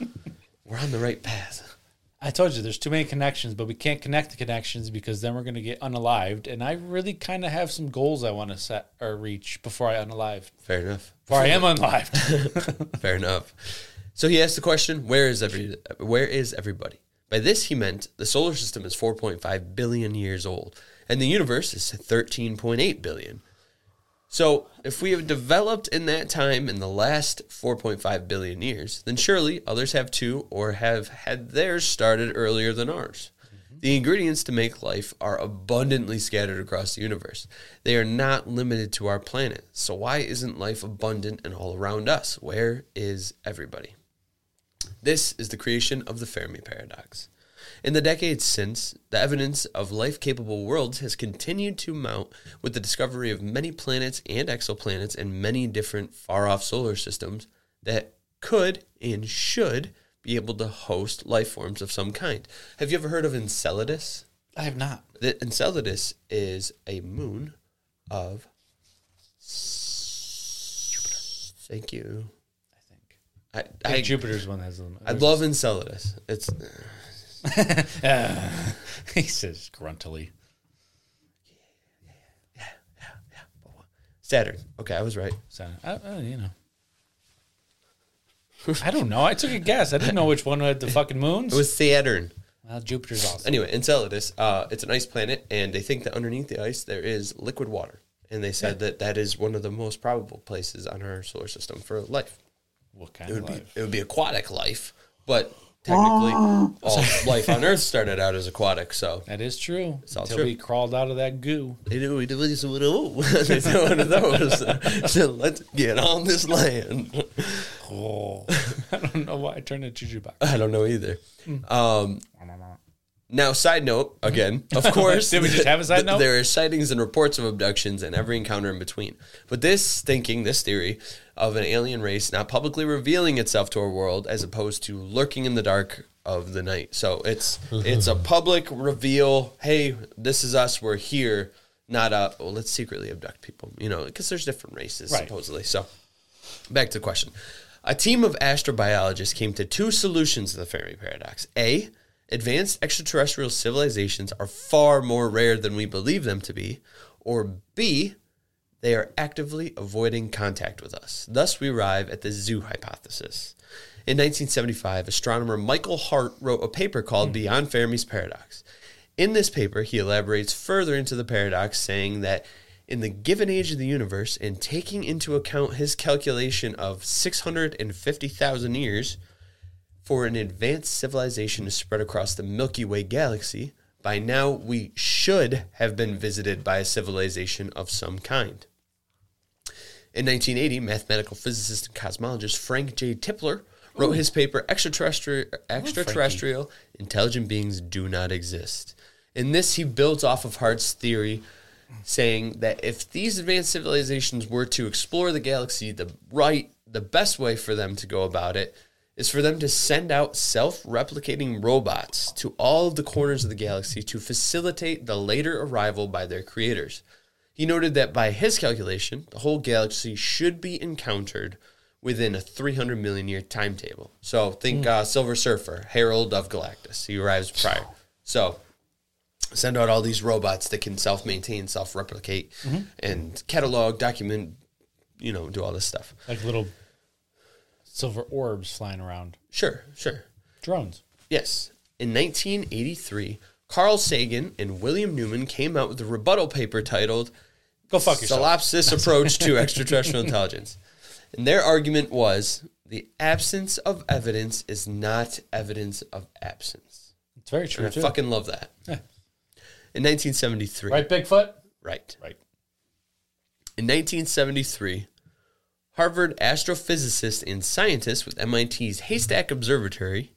Speaker 1: We're on the right path.
Speaker 2: I told you there's too many connections, but we can't connect the connections because then we're going to get unalived. And I really kind of have some goals I want to set or reach before I unalive.
Speaker 1: Fair enough.
Speaker 2: Before <laughs> I am unalived.
Speaker 1: Fair enough. So he asked the question, "Where is every? Where is everybody?" By this he meant the solar system is 4.5 billion years old, and the universe is 13.8 billion. So if we have developed in that time in the last 4.5 billion years, then surely others have too, or have had theirs started earlier than ours. The ingredients to make life are abundantly scattered across the universe. They are not limited to our planet. So, why isn't life abundant and all around us? Where is everybody? This is the creation of the Fermi paradox. In the decades since, the evidence of life capable worlds has continued to mount with the discovery of many planets and exoplanets in many different far off solar systems that could and should be able to host life forms of some kind. Have you ever heard of Enceladus?
Speaker 2: I have not.
Speaker 1: The Enceladus is a moon of Jupiter. Thank you.
Speaker 2: I think.
Speaker 1: I,
Speaker 2: I
Speaker 1: I,
Speaker 2: think Jupiter's one that has them.
Speaker 1: I love Enceladus. It's
Speaker 2: <laughs> he says gruntily.
Speaker 1: Saturn. Okay, I was right.
Speaker 2: So, I, I- you know. I don't know. I took a guess. I didn't know which one had the fucking moons.
Speaker 1: It was Saturn.
Speaker 2: well, Jupiter's awesome.
Speaker 1: Anyway, Enceladus. Uh, it's an ice planet, and they think that underneath the ice there is liquid water. And they said that that is one of the most probable places on our solar system for life.
Speaker 2: What kind
Speaker 1: It
Speaker 2: of
Speaker 1: would be
Speaker 2: life?
Speaker 1: it would be aquatic life, but technically all life on Earth started out as aquatic. So
Speaker 2: That is true.
Speaker 1: all
Speaker 2: Until
Speaker 1: true.
Speaker 2: we crawled out of that goo.
Speaker 1: They do, we do this, we do. <laughs> They do one of those. so let's get on this land.
Speaker 2: Oh. <laughs> I don't know why I turned into Chewbacca.
Speaker 1: <laughs> I don't know either.
Speaker 2: Hmm.
Speaker 1: Um, now, side note
Speaker 2: <laughs>
Speaker 1: again, of course.
Speaker 2: Did
Speaker 1: <laughs>
Speaker 2: we just have a side
Speaker 1: th-
Speaker 2: note?
Speaker 1: There are sightings and reports of abductions and every encounter in between. But this thinking, this theory of an alien race not publicly revealing itself to our world as opposed to lurking in the dark of the night. So
Speaker 2: <laughs>
Speaker 1: it's it's a public reveal. Hey, this is us. We're here. Not a well, let's secretly abduct people. You know, because there's different races
Speaker 2: Right.
Speaker 1: supposedly. So back to the question. A team of astrobiologists came to two solutions to the Fermi paradox. A, advanced extraterrestrial civilizations are far more rare than we believe them to be, or B, they are actively avoiding contact with us. Thus, we arrive at the zoo hypothesis. In 1975, astronomer Michael Hart wrote a paper called Beyond Fermi's Paradox. In this paper, he elaborates further into the paradox, saying that in the given age of the universe and taking into account his calculation of 650,000 years, for an advanced civilization to spread across the Milky Way galaxy, by now we should have been visited by a civilization of some kind. In 1980, mathematical physicist and cosmologist Frank J. Tipler wrote his paper Extraterrestri- Extraterrestrial Intelligent Beings Do Not Exist. In this, he builds off of Hart's theory, saying that if these advanced civilizations were to explore the galaxy, the right, the best way for them to go about it is for them to send out self replicating robots to all of the corners of the galaxy to facilitate the later arrival by their creators. He noted that by his calculation, the whole galaxy should be encountered within a 300 million year timetable. So think uh, Silver Surfer, Herald of Galactus. He arrives prior. So send out all these robots that can self maintain, self replicate,
Speaker 2: Mm-hmm.
Speaker 1: and catalog, document, you know, do all this stuff.
Speaker 2: Like little silver orbs flying around.
Speaker 1: Sure, sure.
Speaker 2: Drones.
Speaker 1: Yes. In 1983, Carl Sagan and William Newman came out with a rebuttal paper titled
Speaker 2: Go fuck yourself.
Speaker 1: Solipsis Approach
Speaker 2: <laughs>
Speaker 1: to Extraterrestrial Intelligence. And their argument was the absence of evidence is not evidence of absence.
Speaker 2: It's very true,
Speaker 1: I
Speaker 2: too.
Speaker 1: fucking love that.
Speaker 2: Yeah.
Speaker 1: In 1973,
Speaker 2: Right, Bigfoot?
Speaker 1: right.
Speaker 2: Right.
Speaker 1: In 1973, Harvard astrophysicist and scientist with MIT's Haystack Observatory,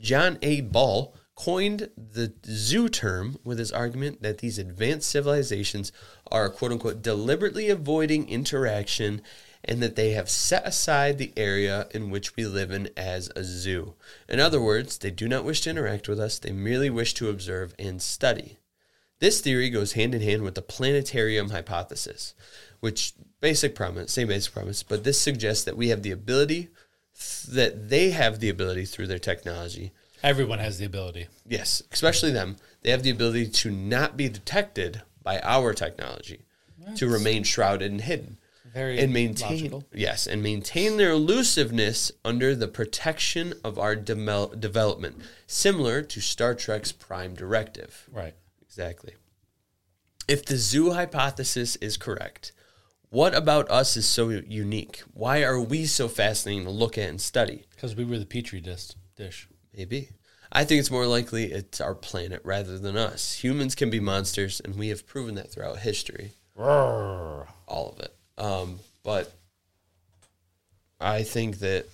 Speaker 1: John A. Ball, coined the zoo term with his argument that these advanced civilizations are, quote unquote, deliberately avoiding interaction and that they have set aside the area in which we live in as a zoo. In other words, they do not wish to interact with us, they merely wish to observe and study. This theory goes hand in hand with the planetarium hypothesis, which basic premise, same basic premise, but this suggests that we have the ability th- that they have the ability through their technology.
Speaker 2: Everyone has the ability.
Speaker 1: Yes, especially them. They have the ability to not be detected by our technology, to remain shrouded and hidden
Speaker 2: Very
Speaker 1: and maintain
Speaker 2: logical.
Speaker 1: yes and maintain their elusiveness under the protection of our demel- development similar to Star Trek's prime directive
Speaker 2: Right.
Speaker 1: Exactly. If the zoo hypothesis is correct, what about us is so unique? Why are we so fascinating to look at and study?
Speaker 2: Because we were the petri dish. dish.
Speaker 1: Maybe. I think it's more likely it's our planet rather than us. Humans can be monsters, and we have proven that throughout history,
Speaker 2: Roar.
Speaker 1: all of it. Um, but I think that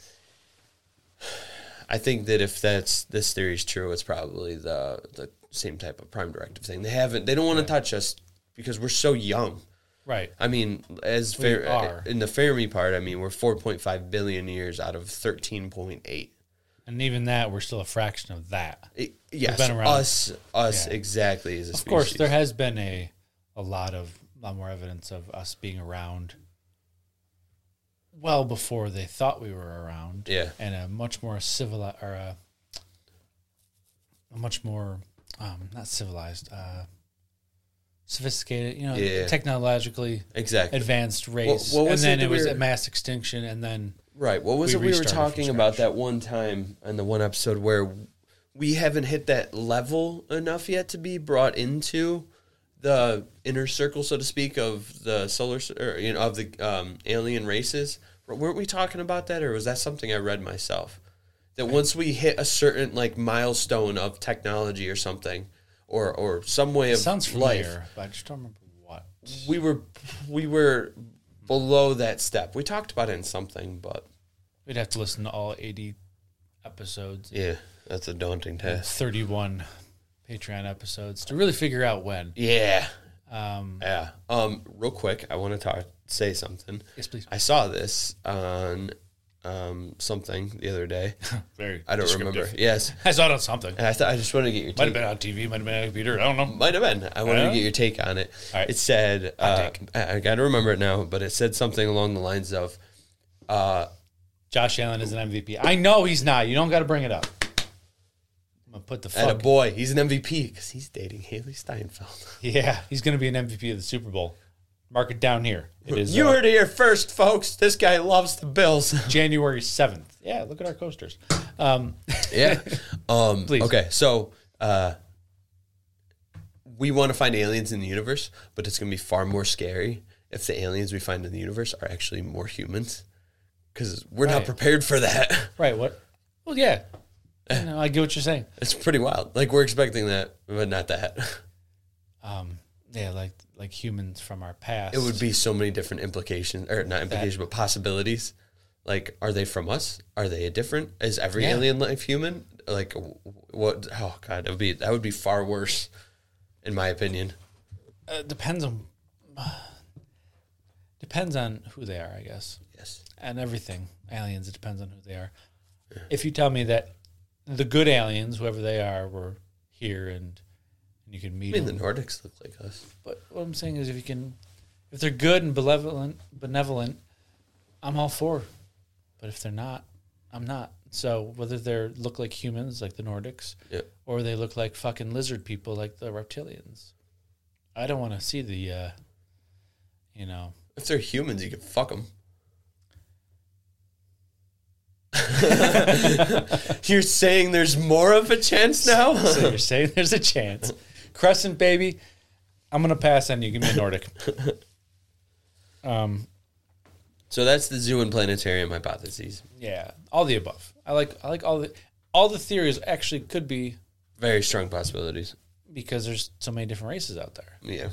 Speaker 1: I think that if that's this theory is true, it's probably the the same type of prime directive thing. They haven't. They don't want to touch us because we're so young.
Speaker 2: Right.
Speaker 1: I mean, as Fer-
Speaker 2: are.
Speaker 1: in the Fermi part, I mean, we're 4.5 billion years out of 13.8.
Speaker 2: And even that, we're still a fraction of that.
Speaker 1: It- yes,
Speaker 2: been around.
Speaker 1: us, us
Speaker 2: Yeah.
Speaker 1: exactly is a
Speaker 2: Of course, there has been a a lot of lot more evidence of us being around well before they thought we were around.
Speaker 1: Yeah.
Speaker 2: and a much more civil or a, a much more um, not civilized, uh, sophisticated, you know,
Speaker 1: Yeah.
Speaker 2: technologically
Speaker 1: exactly
Speaker 2: advanced race.
Speaker 1: what
Speaker 2: and
Speaker 1: was it
Speaker 2: then
Speaker 1: that
Speaker 2: it was
Speaker 1: we
Speaker 2: at
Speaker 1: were-
Speaker 2: mass extinction, and then
Speaker 1: right. What was
Speaker 2: we
Speaker 1: it we were
Speaker 2: restarted from
Speaker 1: talking about that one time on the one episode where we haven't hit that level enough yet to be brought into the inner circle, so to speak, of the solar s- or you know of the um, alien races. W- Weren't we talking about that, or was that something I read myself? That once we hit a certain like milestone of technology or something, or or some way of
Speaker 2: sounds
Speaker 1: life,
Speaker 2: familiar, but I just don't remember what.
Speaker 1: we were we were below that step. We talked about it in something, but
Speaker 2: We'd have to listen to all eighty episodes.
Speaker 1: yeah, that's a daunting task.
Speaker 2: 31 Patreon episodes to really figure out when.
Speaker 1: Yeah,
Speaker 2: Um,
Speaker 1: yeah. Um, real quick, I want to talk say something.
Speaker 2: yes, please.
Speaker 1: I saw this on um something the other
Speaker 2: <laughs>
Speaker 1: day.
Speaker 2: Very.
Speaker 1: I don't remember. Yes,
Speaker 2: I saw it on something.
Speaker 1: and I thought I just wanted to get your
Speaker 2: Might have
Speaker 1: take.
Speaker 2: been on TV. Might have been on a computer. I don't know.
Speaker 1: Might have been. I wanted
Speaker 2: Yeah.
Speaker 1: to get your take on it.
Speaker 2: All right.
Speaker 1: It said uh,
Speaker 2: take.
Speaker 1: I, I got to remember it now, but it said something along the lines of
Speaker 2: Josh Allen is an MVP. I know he's not. You don't got to bring it up. I'm gonna put the
Speaker 1: "At a
Speaker 2: fuck.
Speaker 1: boy, he's an MVP because he's dating Haley Steinfeld."
Speaker 2: yeah, he's gonna be an MVP of the Super Bowl. Mark it down here. It is
Speaker 1: You
Speaker 2: uh,
Speaker 1: heard it here first, folks. This guy loves the Bills.
Speaker 2: January seventh. Yeah, look at our coasters. Um, <laughs>
Speaker 1: yeah. Um,
Speaker 2: Please.
Speaker 1: Okay, so uh, we want to find aliens in the universe, but it's going to be far more scary if the aliens we find in the universe are actually more humans because we're not
Speaker 2: Right.
Speaker 1: prepared for that. <laughs>
Speaker 2: right. What? Well, yeah. You know, I get what you're saying.
Speaker 1: It's pretty wild. Like we're expecting that, but not that. <laughs>
Speaker 2: Um, yeah, like like humans from our past.
Speaker 1: It would be so many different implications, or not implications, but possibilities. Like, are they from us? Are they different? Is every
Speaker 2: Yeah.
Speaker 1: alien life human? Like, w- what? Oh God, it would be that would be far worse, in my opinion.
Speaker 2: uh, depends on depends on who they are, I guess,
Speaker 1: Yes.
Speaker 2: and everything. Aliens. It depends on who they are. If you tell me that the good aliens, whoever they are, were here and and you can meet
Speaker 1: I mean,
Speaker 2: them,
Speaker 1: the Nordics look like us.
Speaker 2: But what I'm saying is, if you can, if they're good and benevolent, benevolent, I'm all for. But if they're not, I'm not. So whether they look like humans, like the Nordics,
Speaker 1: Yeah.
Speaker 2: or they look like fucking lizard people, like the reptilians, I don't want to see the, uh,
Speaker 1: <laughs>
Speaker 2: you know,
Speaker 1: If they're humans, you can fuck them. <laughs> You're saying there's more of a chance now?
Speaker 2: so you're saying there's a chance. Crescent baby, I'm gonna pass on you. Give me
Speaker 1: <laughs>
Speaker 2: a Nordic. Um,
Speaker 1: so that's the zoo and planetarium hypotheses.
Speaker 2: yeah, all the above. I like, I like all the, all the theories actually could be
Speaker 1: Very strong possibilities.
Speaker 2: because there's so many different races out there.
Speaker 1: Yeah.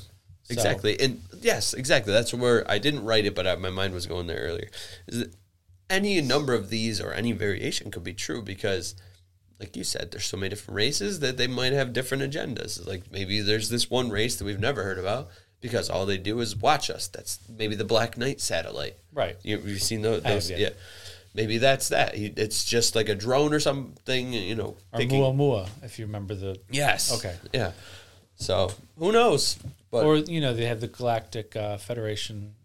Speaker 1: Exactly. And yes, exactly. That's where I didn't write it, but I, my mind was going there earlier. Is that any number of these or any variation could be true because, like you said, there's so many different races that they might have different agendas. Like maybe there's this one race that we've never heard about because all they do is watch us. That's maybe the Black Knight satellite.
Speaker 2: Right.
Speaker 1: You, you've seen those?
Speaker 2: have,
Speaker 1: those
Speaker 2: yeah.
Speaker 1: yeah. Maybe that's that. You- It's just like a drone or something, you know.
Speaker 2: Or
Speaker 1: thinking-
Speaker 2: Muamua, if you remember the.
Speaker 1: Yes.
Speaker 2: Okay.
Speaker 1: Yeah. So who knows? But
Speaker 2: Or, you know, they have the Galactic uh, Federation.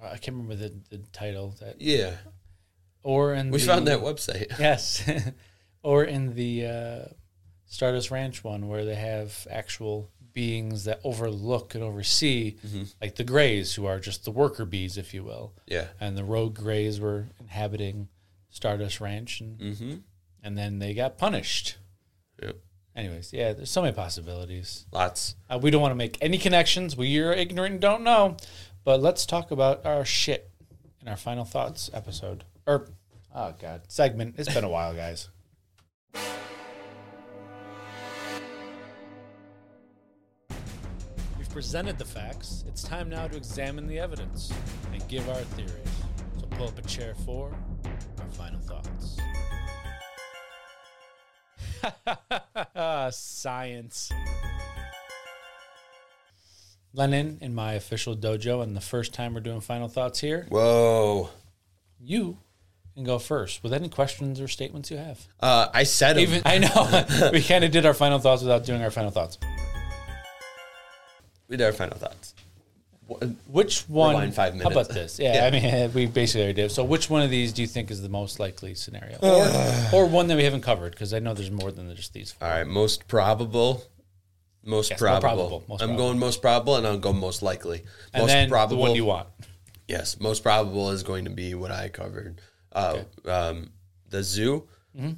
Speaker 2: Uh, I can't remember the, the title. That,
Speaker 1: yeah.
Speaker 2: or in
Speaker 1: We
Speaker 2: the,
Speaker 1: found that website.
Speaker 2: Yes. <laughs> or in the uh, Stardust Ranch one, where they have actual beings that overlook and oversee, like the Greys, who are just the worker bees, if you will.
Speaker 1: <laughs> Yeah.
Speaker 2: And the rogue Greys were inhabiting Stardust Ranch, and, and then they got punished.
Speaker 1: yeah.
Speaker 2: Anyways, yeah, there's so many possibilities.
Speaker 1: Lots.
Speaker 2: Uh, we don't want to make any connections. We are ignorant and don't know. But let's talk about our shit in our final thoughts episode. Or, oh, God, segment. It's been a while, guys. We've presented the facts. It's time now to examine the evidence and give our theories. So pull up a chair for our final thoughts. <laughs> Science. Lennon in my official dojo, and the first time we're doing final thoughts here,
Speaker 1: Whoa.
Speaker 2: you can go first with any questions or statements you have.
Speaker 1: Uh, I said 'em.
Speaker 2: Even I know <laughs> we kind of did our final thoughts without doing our final thoughts.
Speaker 1: We did our final thoughts. Wha-
Speaker 2: Which one?
Speaker 1: Rewind five
Speaker 2: How about
Speaker 1: minutes.
Speaker 2: this? Yeah, I mean, <laughs> we basically already did. So, which one of these do you think is the most likely scenario, or, or one that we haven't covered? Because I know there's more than just these. Four.
Speaker 1: All right. Most probable. Most
Speaker 2: Yes, more
Speaker 1: probable.
Speaker 2: probable, most
Speaker 1: I'm
Speaker 2: probable.
Speaker 1: going most probable, and I'll go most likely.
Speaker 2: And
Speaker 1: most
Speaker 2: then the one you want.
Speaker 1: Yes, most probable is going to be what I covered. Uh, um, the zoo,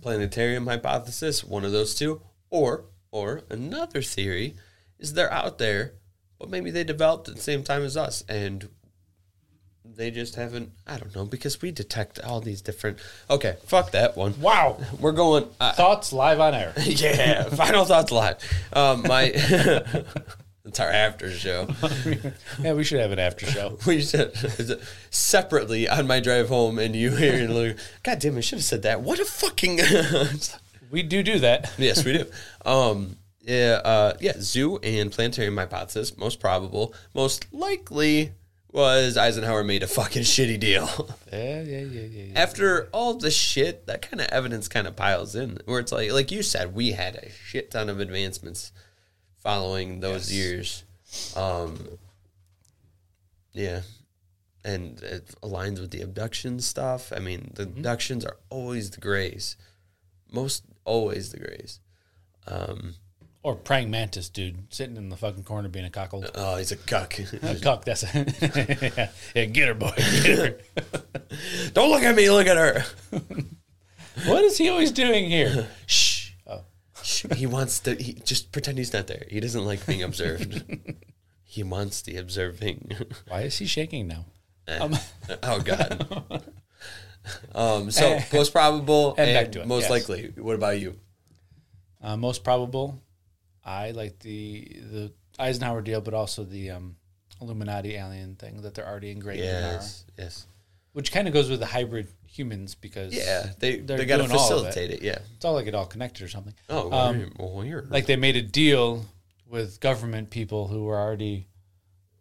Speaker 1: planetarium hypothesis, one of those two, or or another theory is they're out there, but maybe they developed at the same time as us, and they just haven't. I don't know because we detect all these different. Okay, fuck that one.
Speaker 2: Wow,
Speaker 1: We're going. I,
Speaker 2: thoughts live on air.
Speaker 1: <laughs> yeah, <laughs> final thoughts live. Um, my <laughs> it's our after show
Speaker 2: yeah, we should have an after show.
Speaker 1: <laughs> we said separately on my drive home, and you here and Luke. God damn, I should have said that. What a fucking <laughs>
Speaker 2: We do do that.
Speaker 1: yes, we do. Um, yeah, uh, yeah. Zoo and planetarium hypothesis. Most probable, most likely was Eisenhower made a fucking shitty deal. <laughs>
Speaker 2: Yeah, yeah, yeah, yeah. yeah.
Speaker 1: After all the shit, that kind of evidence kind of piles in, where it's like, like you said, we had a shit ton of advancements following those years. Um, yeah, and it aligns with the abduction stuff. I mean, the abductions are always the grays, most always the grays.
Speaker 2: Or praying mantis dude sitting in the fucking corner being a cockle.
Speaker 1: Oh, he's a
Speaker 2: A
Speaker 1: cuck.
Speaker 2: cuck, that's it. yeah. <laughs> yeah, get her, boy. Get her.
Speaker 1: <laughs> Don't look at me. Look at <laughs> her.
Speaker 2: <laughs> what is he always doing here? <laughs> Shh. Oh,
Speaker 1: Sh- he wants to he, just pretend he's not there. He doesn't like being <laughs> observed. he wants the observing. <laughs>
Speaker 2: why is he shaking now?
Speaker 1: oh God. um. So most probable and,
Speaker 2: <laughs> back to it,
Speaker 1: most
Speaker 2: yes.
Speaker 1: likely. What about you?
Speaker 2: Uh, most probable, I like the the Eisenhower deal, but also the um, Illuminati alien thing that they're already ingrained in our,
Speaker 1: Yes, yes.
Speaker 2: which kind of goes with the hybrid humans because
Speaker 1: Yeah, they
Speaker 2: They're
Speaker 1: they got to
Speaker 2: doing all of it.
Speaker 1: facilitate it. Yeah.
Speaker 2: it's all like it all connected or something.
Speaker 1: Oh, well,
Speaker 2: Um,
Speaker 1: you're, well, you're
Speaker 2: Like they made a deal with government people who were already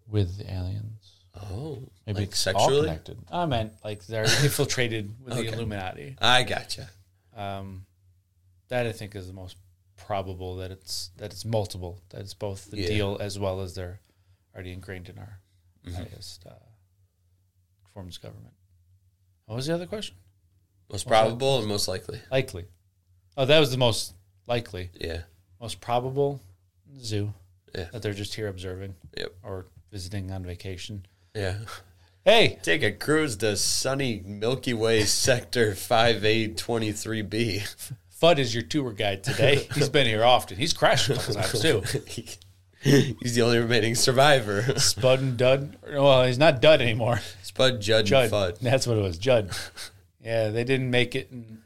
Speaker 2: with the aliens.
Speaker 1: oh,
Speaker 2: Maybe
Speaker 1: like
Speaker 2: it's all
Speaker 1: sexually.
Speaker 2: connected. I meant like they're infiltrated with
Speaker 1: Okay.
Speaker 2: the Illuminati.
Speaker 1: I gotcha.
Speaker 2: Um, that I think is the most probable that it's that it's multiple. That it's both the
Speaker 1: Yeah.
Speaker 2: deal as well as they're already ingrained in our
Speaker 1: Mm-hmm.
Speaker 2: highest uh, forms of government. What was the other question?
Speaker 1: Most probable and most likely.
Speaker 2: Likely. Oh, that was the most likely,
Speaker 1: Yeah.
Speaker 2: most probable zoo
Speaker 1: Yeah.
Speaker 2: that they're just here observing
Speaker 1: Yep.
Speaker 2: or visiting on vacation.
Speaker 1: Yeah.
Speaker 2: Hey,
Speaker 1: Take a cruise to sunny Milky Way sector 5A23B.
Speaker 2: Fudd is your tour guide today. He's been here often. He's crashed a couple
Speaker 1: <laughs>
Speaker 2: times too.
Speaker 1: <laughs> He's the only remaining
Speaker 2: <laughs>
Speaker 1: survivor.
Speaker 2: Spud and Dud. Well, he's not Dud anymore.
Speaker 1: Spud, Judd,
Speaker 2: Judd.
Speaker 1: and Fudd.
Speaker 2: <laughs> That's what it
Speaker 1: <laughs>
Speaker 2: was. Judd. Yeah, they didn't make it. And,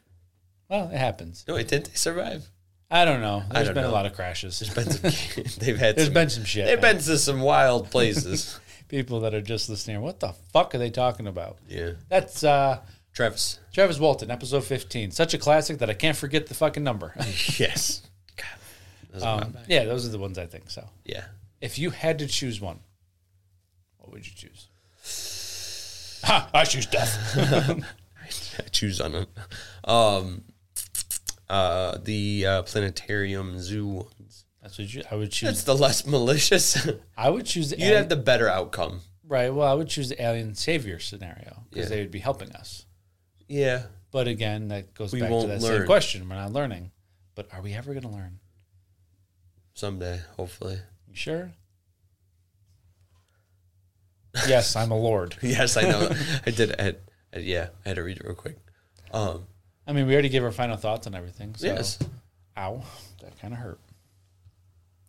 Speaker 2: well, it happens.
Speaker 1: No, wait, didn't they survive?
Speaker 2: I don't know. There's
Speaker 1: don't
Speaker 2: been a
Speaker 1: know.
Speaker 2: lot of crashes. <laughs>
Speaker 1: Been some- they've had
Speaker 2: There's
Speaker 1: some,
Speaker 2: been some shit.
Speaker 1: they've been to some wild places.
Speaker 2: People that are just listening, what the fuck are they talking about?
Speaker 1: <laughs> yeah.
Speaker 2: That's uh,
Speaker 1: Travis.
Speaker 2: Travis Walton, episode 15. Such a classic that I can't forget the fucking number.
Speaker 1: Yes. God. That was a while
Speaker 2: Um,
Speaker 1: back.
Speaker 2: yeah, those are the ones I think so.
Speaker 1: yeah. <laughs>
Speaker 2: If you had to choose one, what would you choose? Ha, I
Speaker 1: <laughs>
Speaker 2: choose death.
Speaker 1: I choose on it. Um, uh, the uh, planetarium zoo ones.
Speaker 2: That's what you, I would choose.
Speaker 1: It's the less malicious. <laughs>
Speaker 2: I would choose the
Speaker 1: You'd have the better outcome.
Speaker 2: Right. Well, I would choose the alien savior scenario because they would be helping us.
Speaker 1: Yeah.
Speaker 2: But again, that goes
Speaker 1: We
Speaker 2: back to
Speaker 1: won't
Speaker 2: that same
Speaker 1: learn.
Speaker 2: question. We're not learning. But are we ever going to learn?
Speaker 1: Someday, hopefully.
Speaker 2: You sure? yes, I'm a lord.
Speaker 1: <laughs> Yes, I know. <laughs> I did. I had, I- yeah, I had to read it real quick. Um,
Speaker 2: I mean, we already gave our final thoughts on everything. So.
Speaker 1: Yes.
Speaker 2: Ow. That kind of hurt.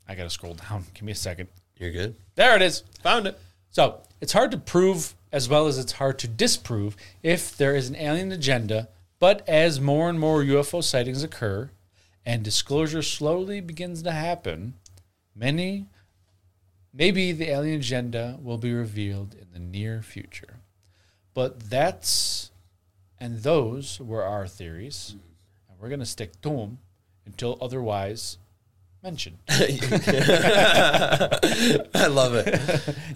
Speaker 2: I got to scroll down. Give me a second.
Speaker 1: You're good.
Speaker 2: There it is.
Speaker 1: Found it.
Speaker 2: So it's hard to prove as well as it's hard to disprove if there is an alien agenda. But as more and more UFO sightings occur and disclosure slowly begins to happen, many, maybe the alien agenda will be revealed in the near future. But that's, and those were our theories. And we're going to stick to them until otherwise mentioned.
Speaker 1: I love it.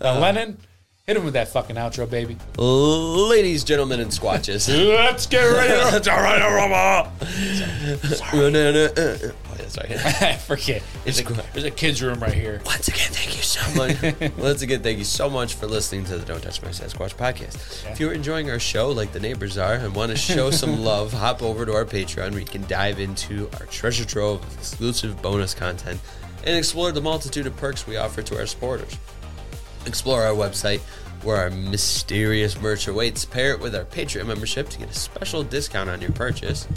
Speaker 2: Now, Lennon, hit him with that fucking outro, baby.
Speaker 1: <laughs> Ladies, gentlemen, and squatches. <laughs>
Speaker 2: Let's get ready <laughs> to
Speaker 1: No, no, no, uh, uh. Oh, yeah, sorry.
Speaker 2: <laughs> I forget. There's a,
Speaker 1: It's cool.
Speaker 2: there's a kids' room right here.
Speaker 1: Once again, thank you so much. Once again, thank you so much for listening to the Don't Touch My Sasquatch podcast. If you're enjoying our show like the neighbors are and want to show some love, hop over to our Patreon where you can dive into our treasure trove of exclusive bonus content and explore the multitude of perks we offer to our supporters. Explore our website where our mysterious merch awaits. Pair it with our Patreon membership to get a special discount on your purchase.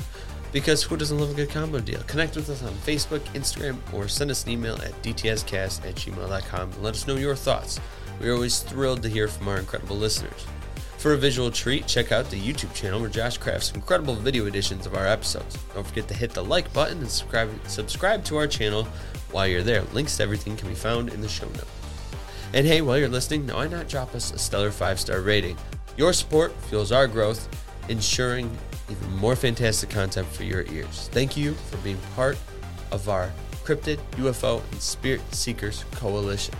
Speaker 1: Because who doesn't love a good combo deal? Connect with us on Facebook, Instagram, or send us an email at dtscast at gmail.com and let us know your thoughts. We are always thrilled to hear from our incredible listeners. For a visual treat, check out the YouTube channel where Josh crafts incredible video editions of our episodes. Don't forget to hit the like button and subscribe, subscribe to our channel while you're there. Links to everything can be found in the show notes. And hey, while you're listening, now why not drop us a stellar five star rating? Your support fuels our growth, ensuring even more fantastic content for your ears. Thank you for being part of our Cryptid, UFO, and Spirit Seekers Coalition.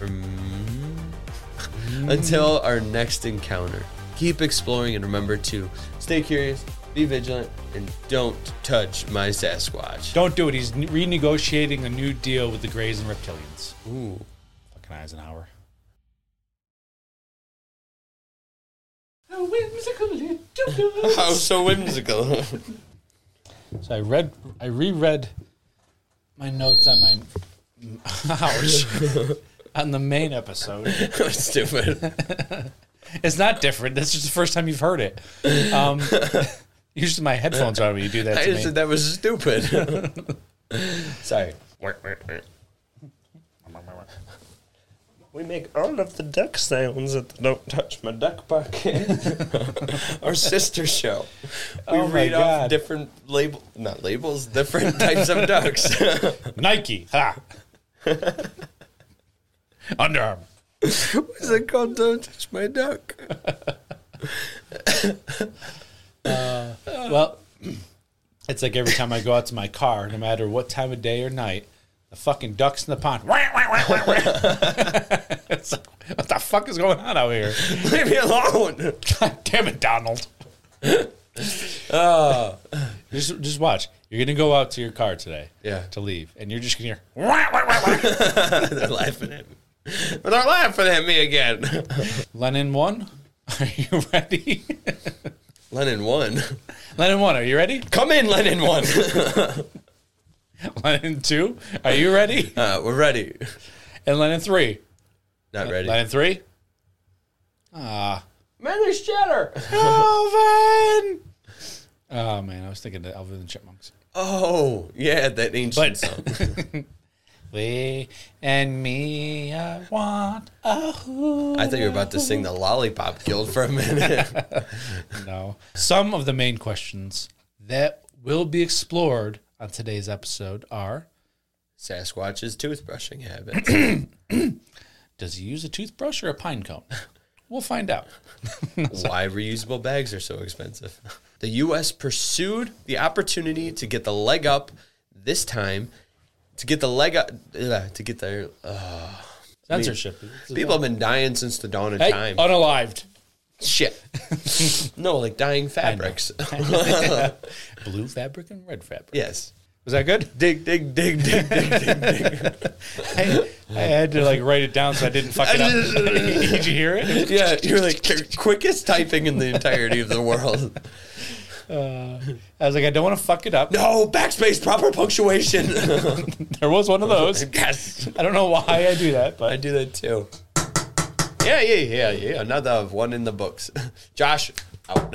Speaker 1: Mm. Until our next encounter, keep exploring and remember to stay curious, be vigilant, and don't touch my Sasquatch.
Speaker 2: Don't do it. He's n- renegotiating a new deal with the Greys and Reptilians.
Speaker 1: Ooh.
Speaker 2: Fucking Eisenhower.
Speaker 1: How so whimsical. <laughs>
Speaker 2: So I read, I reread my notes on my <laughs>
Speaker 1: <laughs>
Speaker 2: ouch on the main episode.
Speaker 1: Stupid.
Speaker 2: It's not different. That's just the first time you've heard it.
Speaker 1: <laughs>
Speaker 2: Um, <laughs> usually my headphones are on when you do that.
Speaker 1: I
Speaker 2: To
Speaker 1: just
Speaker 2: me.
Speaker 1: said that was <laughs> stupid. Sorry.
Speaker 3: We make all of the duck sounds at the Don't Touch My Duck <laughs> podcast.
Speaker 1: Our sister show. We
Speaker 2: Oh my
Speaker 1: read off
Speaker 2: God.
Speaker 1: different label, not labels, different types of <laughs> ducks.
Speaker 2: Nike. <laughs> Ha. Under Armour.
Speaker 1: Is it called Don't Touch My Duck?
Speaker 2: Well, it's like every time I go out to my car, no matter what time of day or night, the fucking ducks in the pond. <laughs> it's like, what the fuck is going on out here?
Speaker 1: <laughs> Leave me alone. <laughs>
Speaker 2: God damn it, Donald. oh, <laughs> just just watch. You're gonna go out to your car today,
Speaker 1: Yeah.
Speaker 2: to leave, and you're just gonna hear.
Speaker 1: They're laughing at me. But they're laughing at me again.
Speaker 2: <laughs>
Speaker 1: <laughs>
Speaker 2: Lennon one, are you ready? <laughs>
Speaker 1: Lennon won.
Speaker 2: Lennon one, are you ready?
Speaker 1: Come in, Lennon one.
Speaker 2: <laughs> Lennon two, are you
Speaker 1: <laughs>
Speaker 2: ready?
Speaker 1: Uh, we're ready.
Speaker 2: And Lennon three,
Speaker 1: Not ready.
Speaker 2: Lennon three. Ah.
Speaker 1: Man, there's cheddar.
Speaker 2: Elvin. Oh man, I was thinking of Elvin and the Chipmunks.
Speaker 1: Oh, yeah, that ancient
Speaker 2: But
Speaker 1: song.
Speaker 2: we and me, I want a who.
Speaker 1: I thought you were about to sing the Lollipop Guild for a minute.
Speaker 2: No. Some of the main questions that will be explored on today's episode are:
Speaker 1: Sasquatch's toothbrushing habits.
Speaker 2: Does he use a toothbrush or a pine cone? <laughs> We'll find out.
Speaker 1: why reusable bags are so expensive. The U.S. pursued the opportunity to get the leg up this time, to get the leg up, uh, to get their. Uh,
Speaker 2: Censorship.
Speaker 1: people have been dying since the dawn of
Speaker 2: hey,
Speaker 1: time.
Speaker 2: unalived.
Speaker 1: Shit. no, like dying fabrics.
Speaker 2: Blue fabric and red fabric.
Speaker 1: <laughs> yes.
Speaker 2: Was that good?
Speaker 1: Dig, dig, dig, dig, dig, dig, dig.
Speaker 2: <laughs> I, I had to like write it down so I didn't fuck it up. <laughs> Did you hear it?
Speaker 1: Yeah, you're like the <laughs> quickest typing in the entirety of the world.
Speaker 2: I was like, I don't want to fuck it up.
Speaker 1: <laughs> No, backspace, proper punctuation.
Speaker 2: There was one of those.
Speaker 1: <laughs> yes.
Speaker 2: I don't know why I do that,
Speaker 1: I
Speaker 2: but
Speaker 1: do that too. <laughs> Yeah, yeah, yeah, yeah. Another one in the books. Josh, out.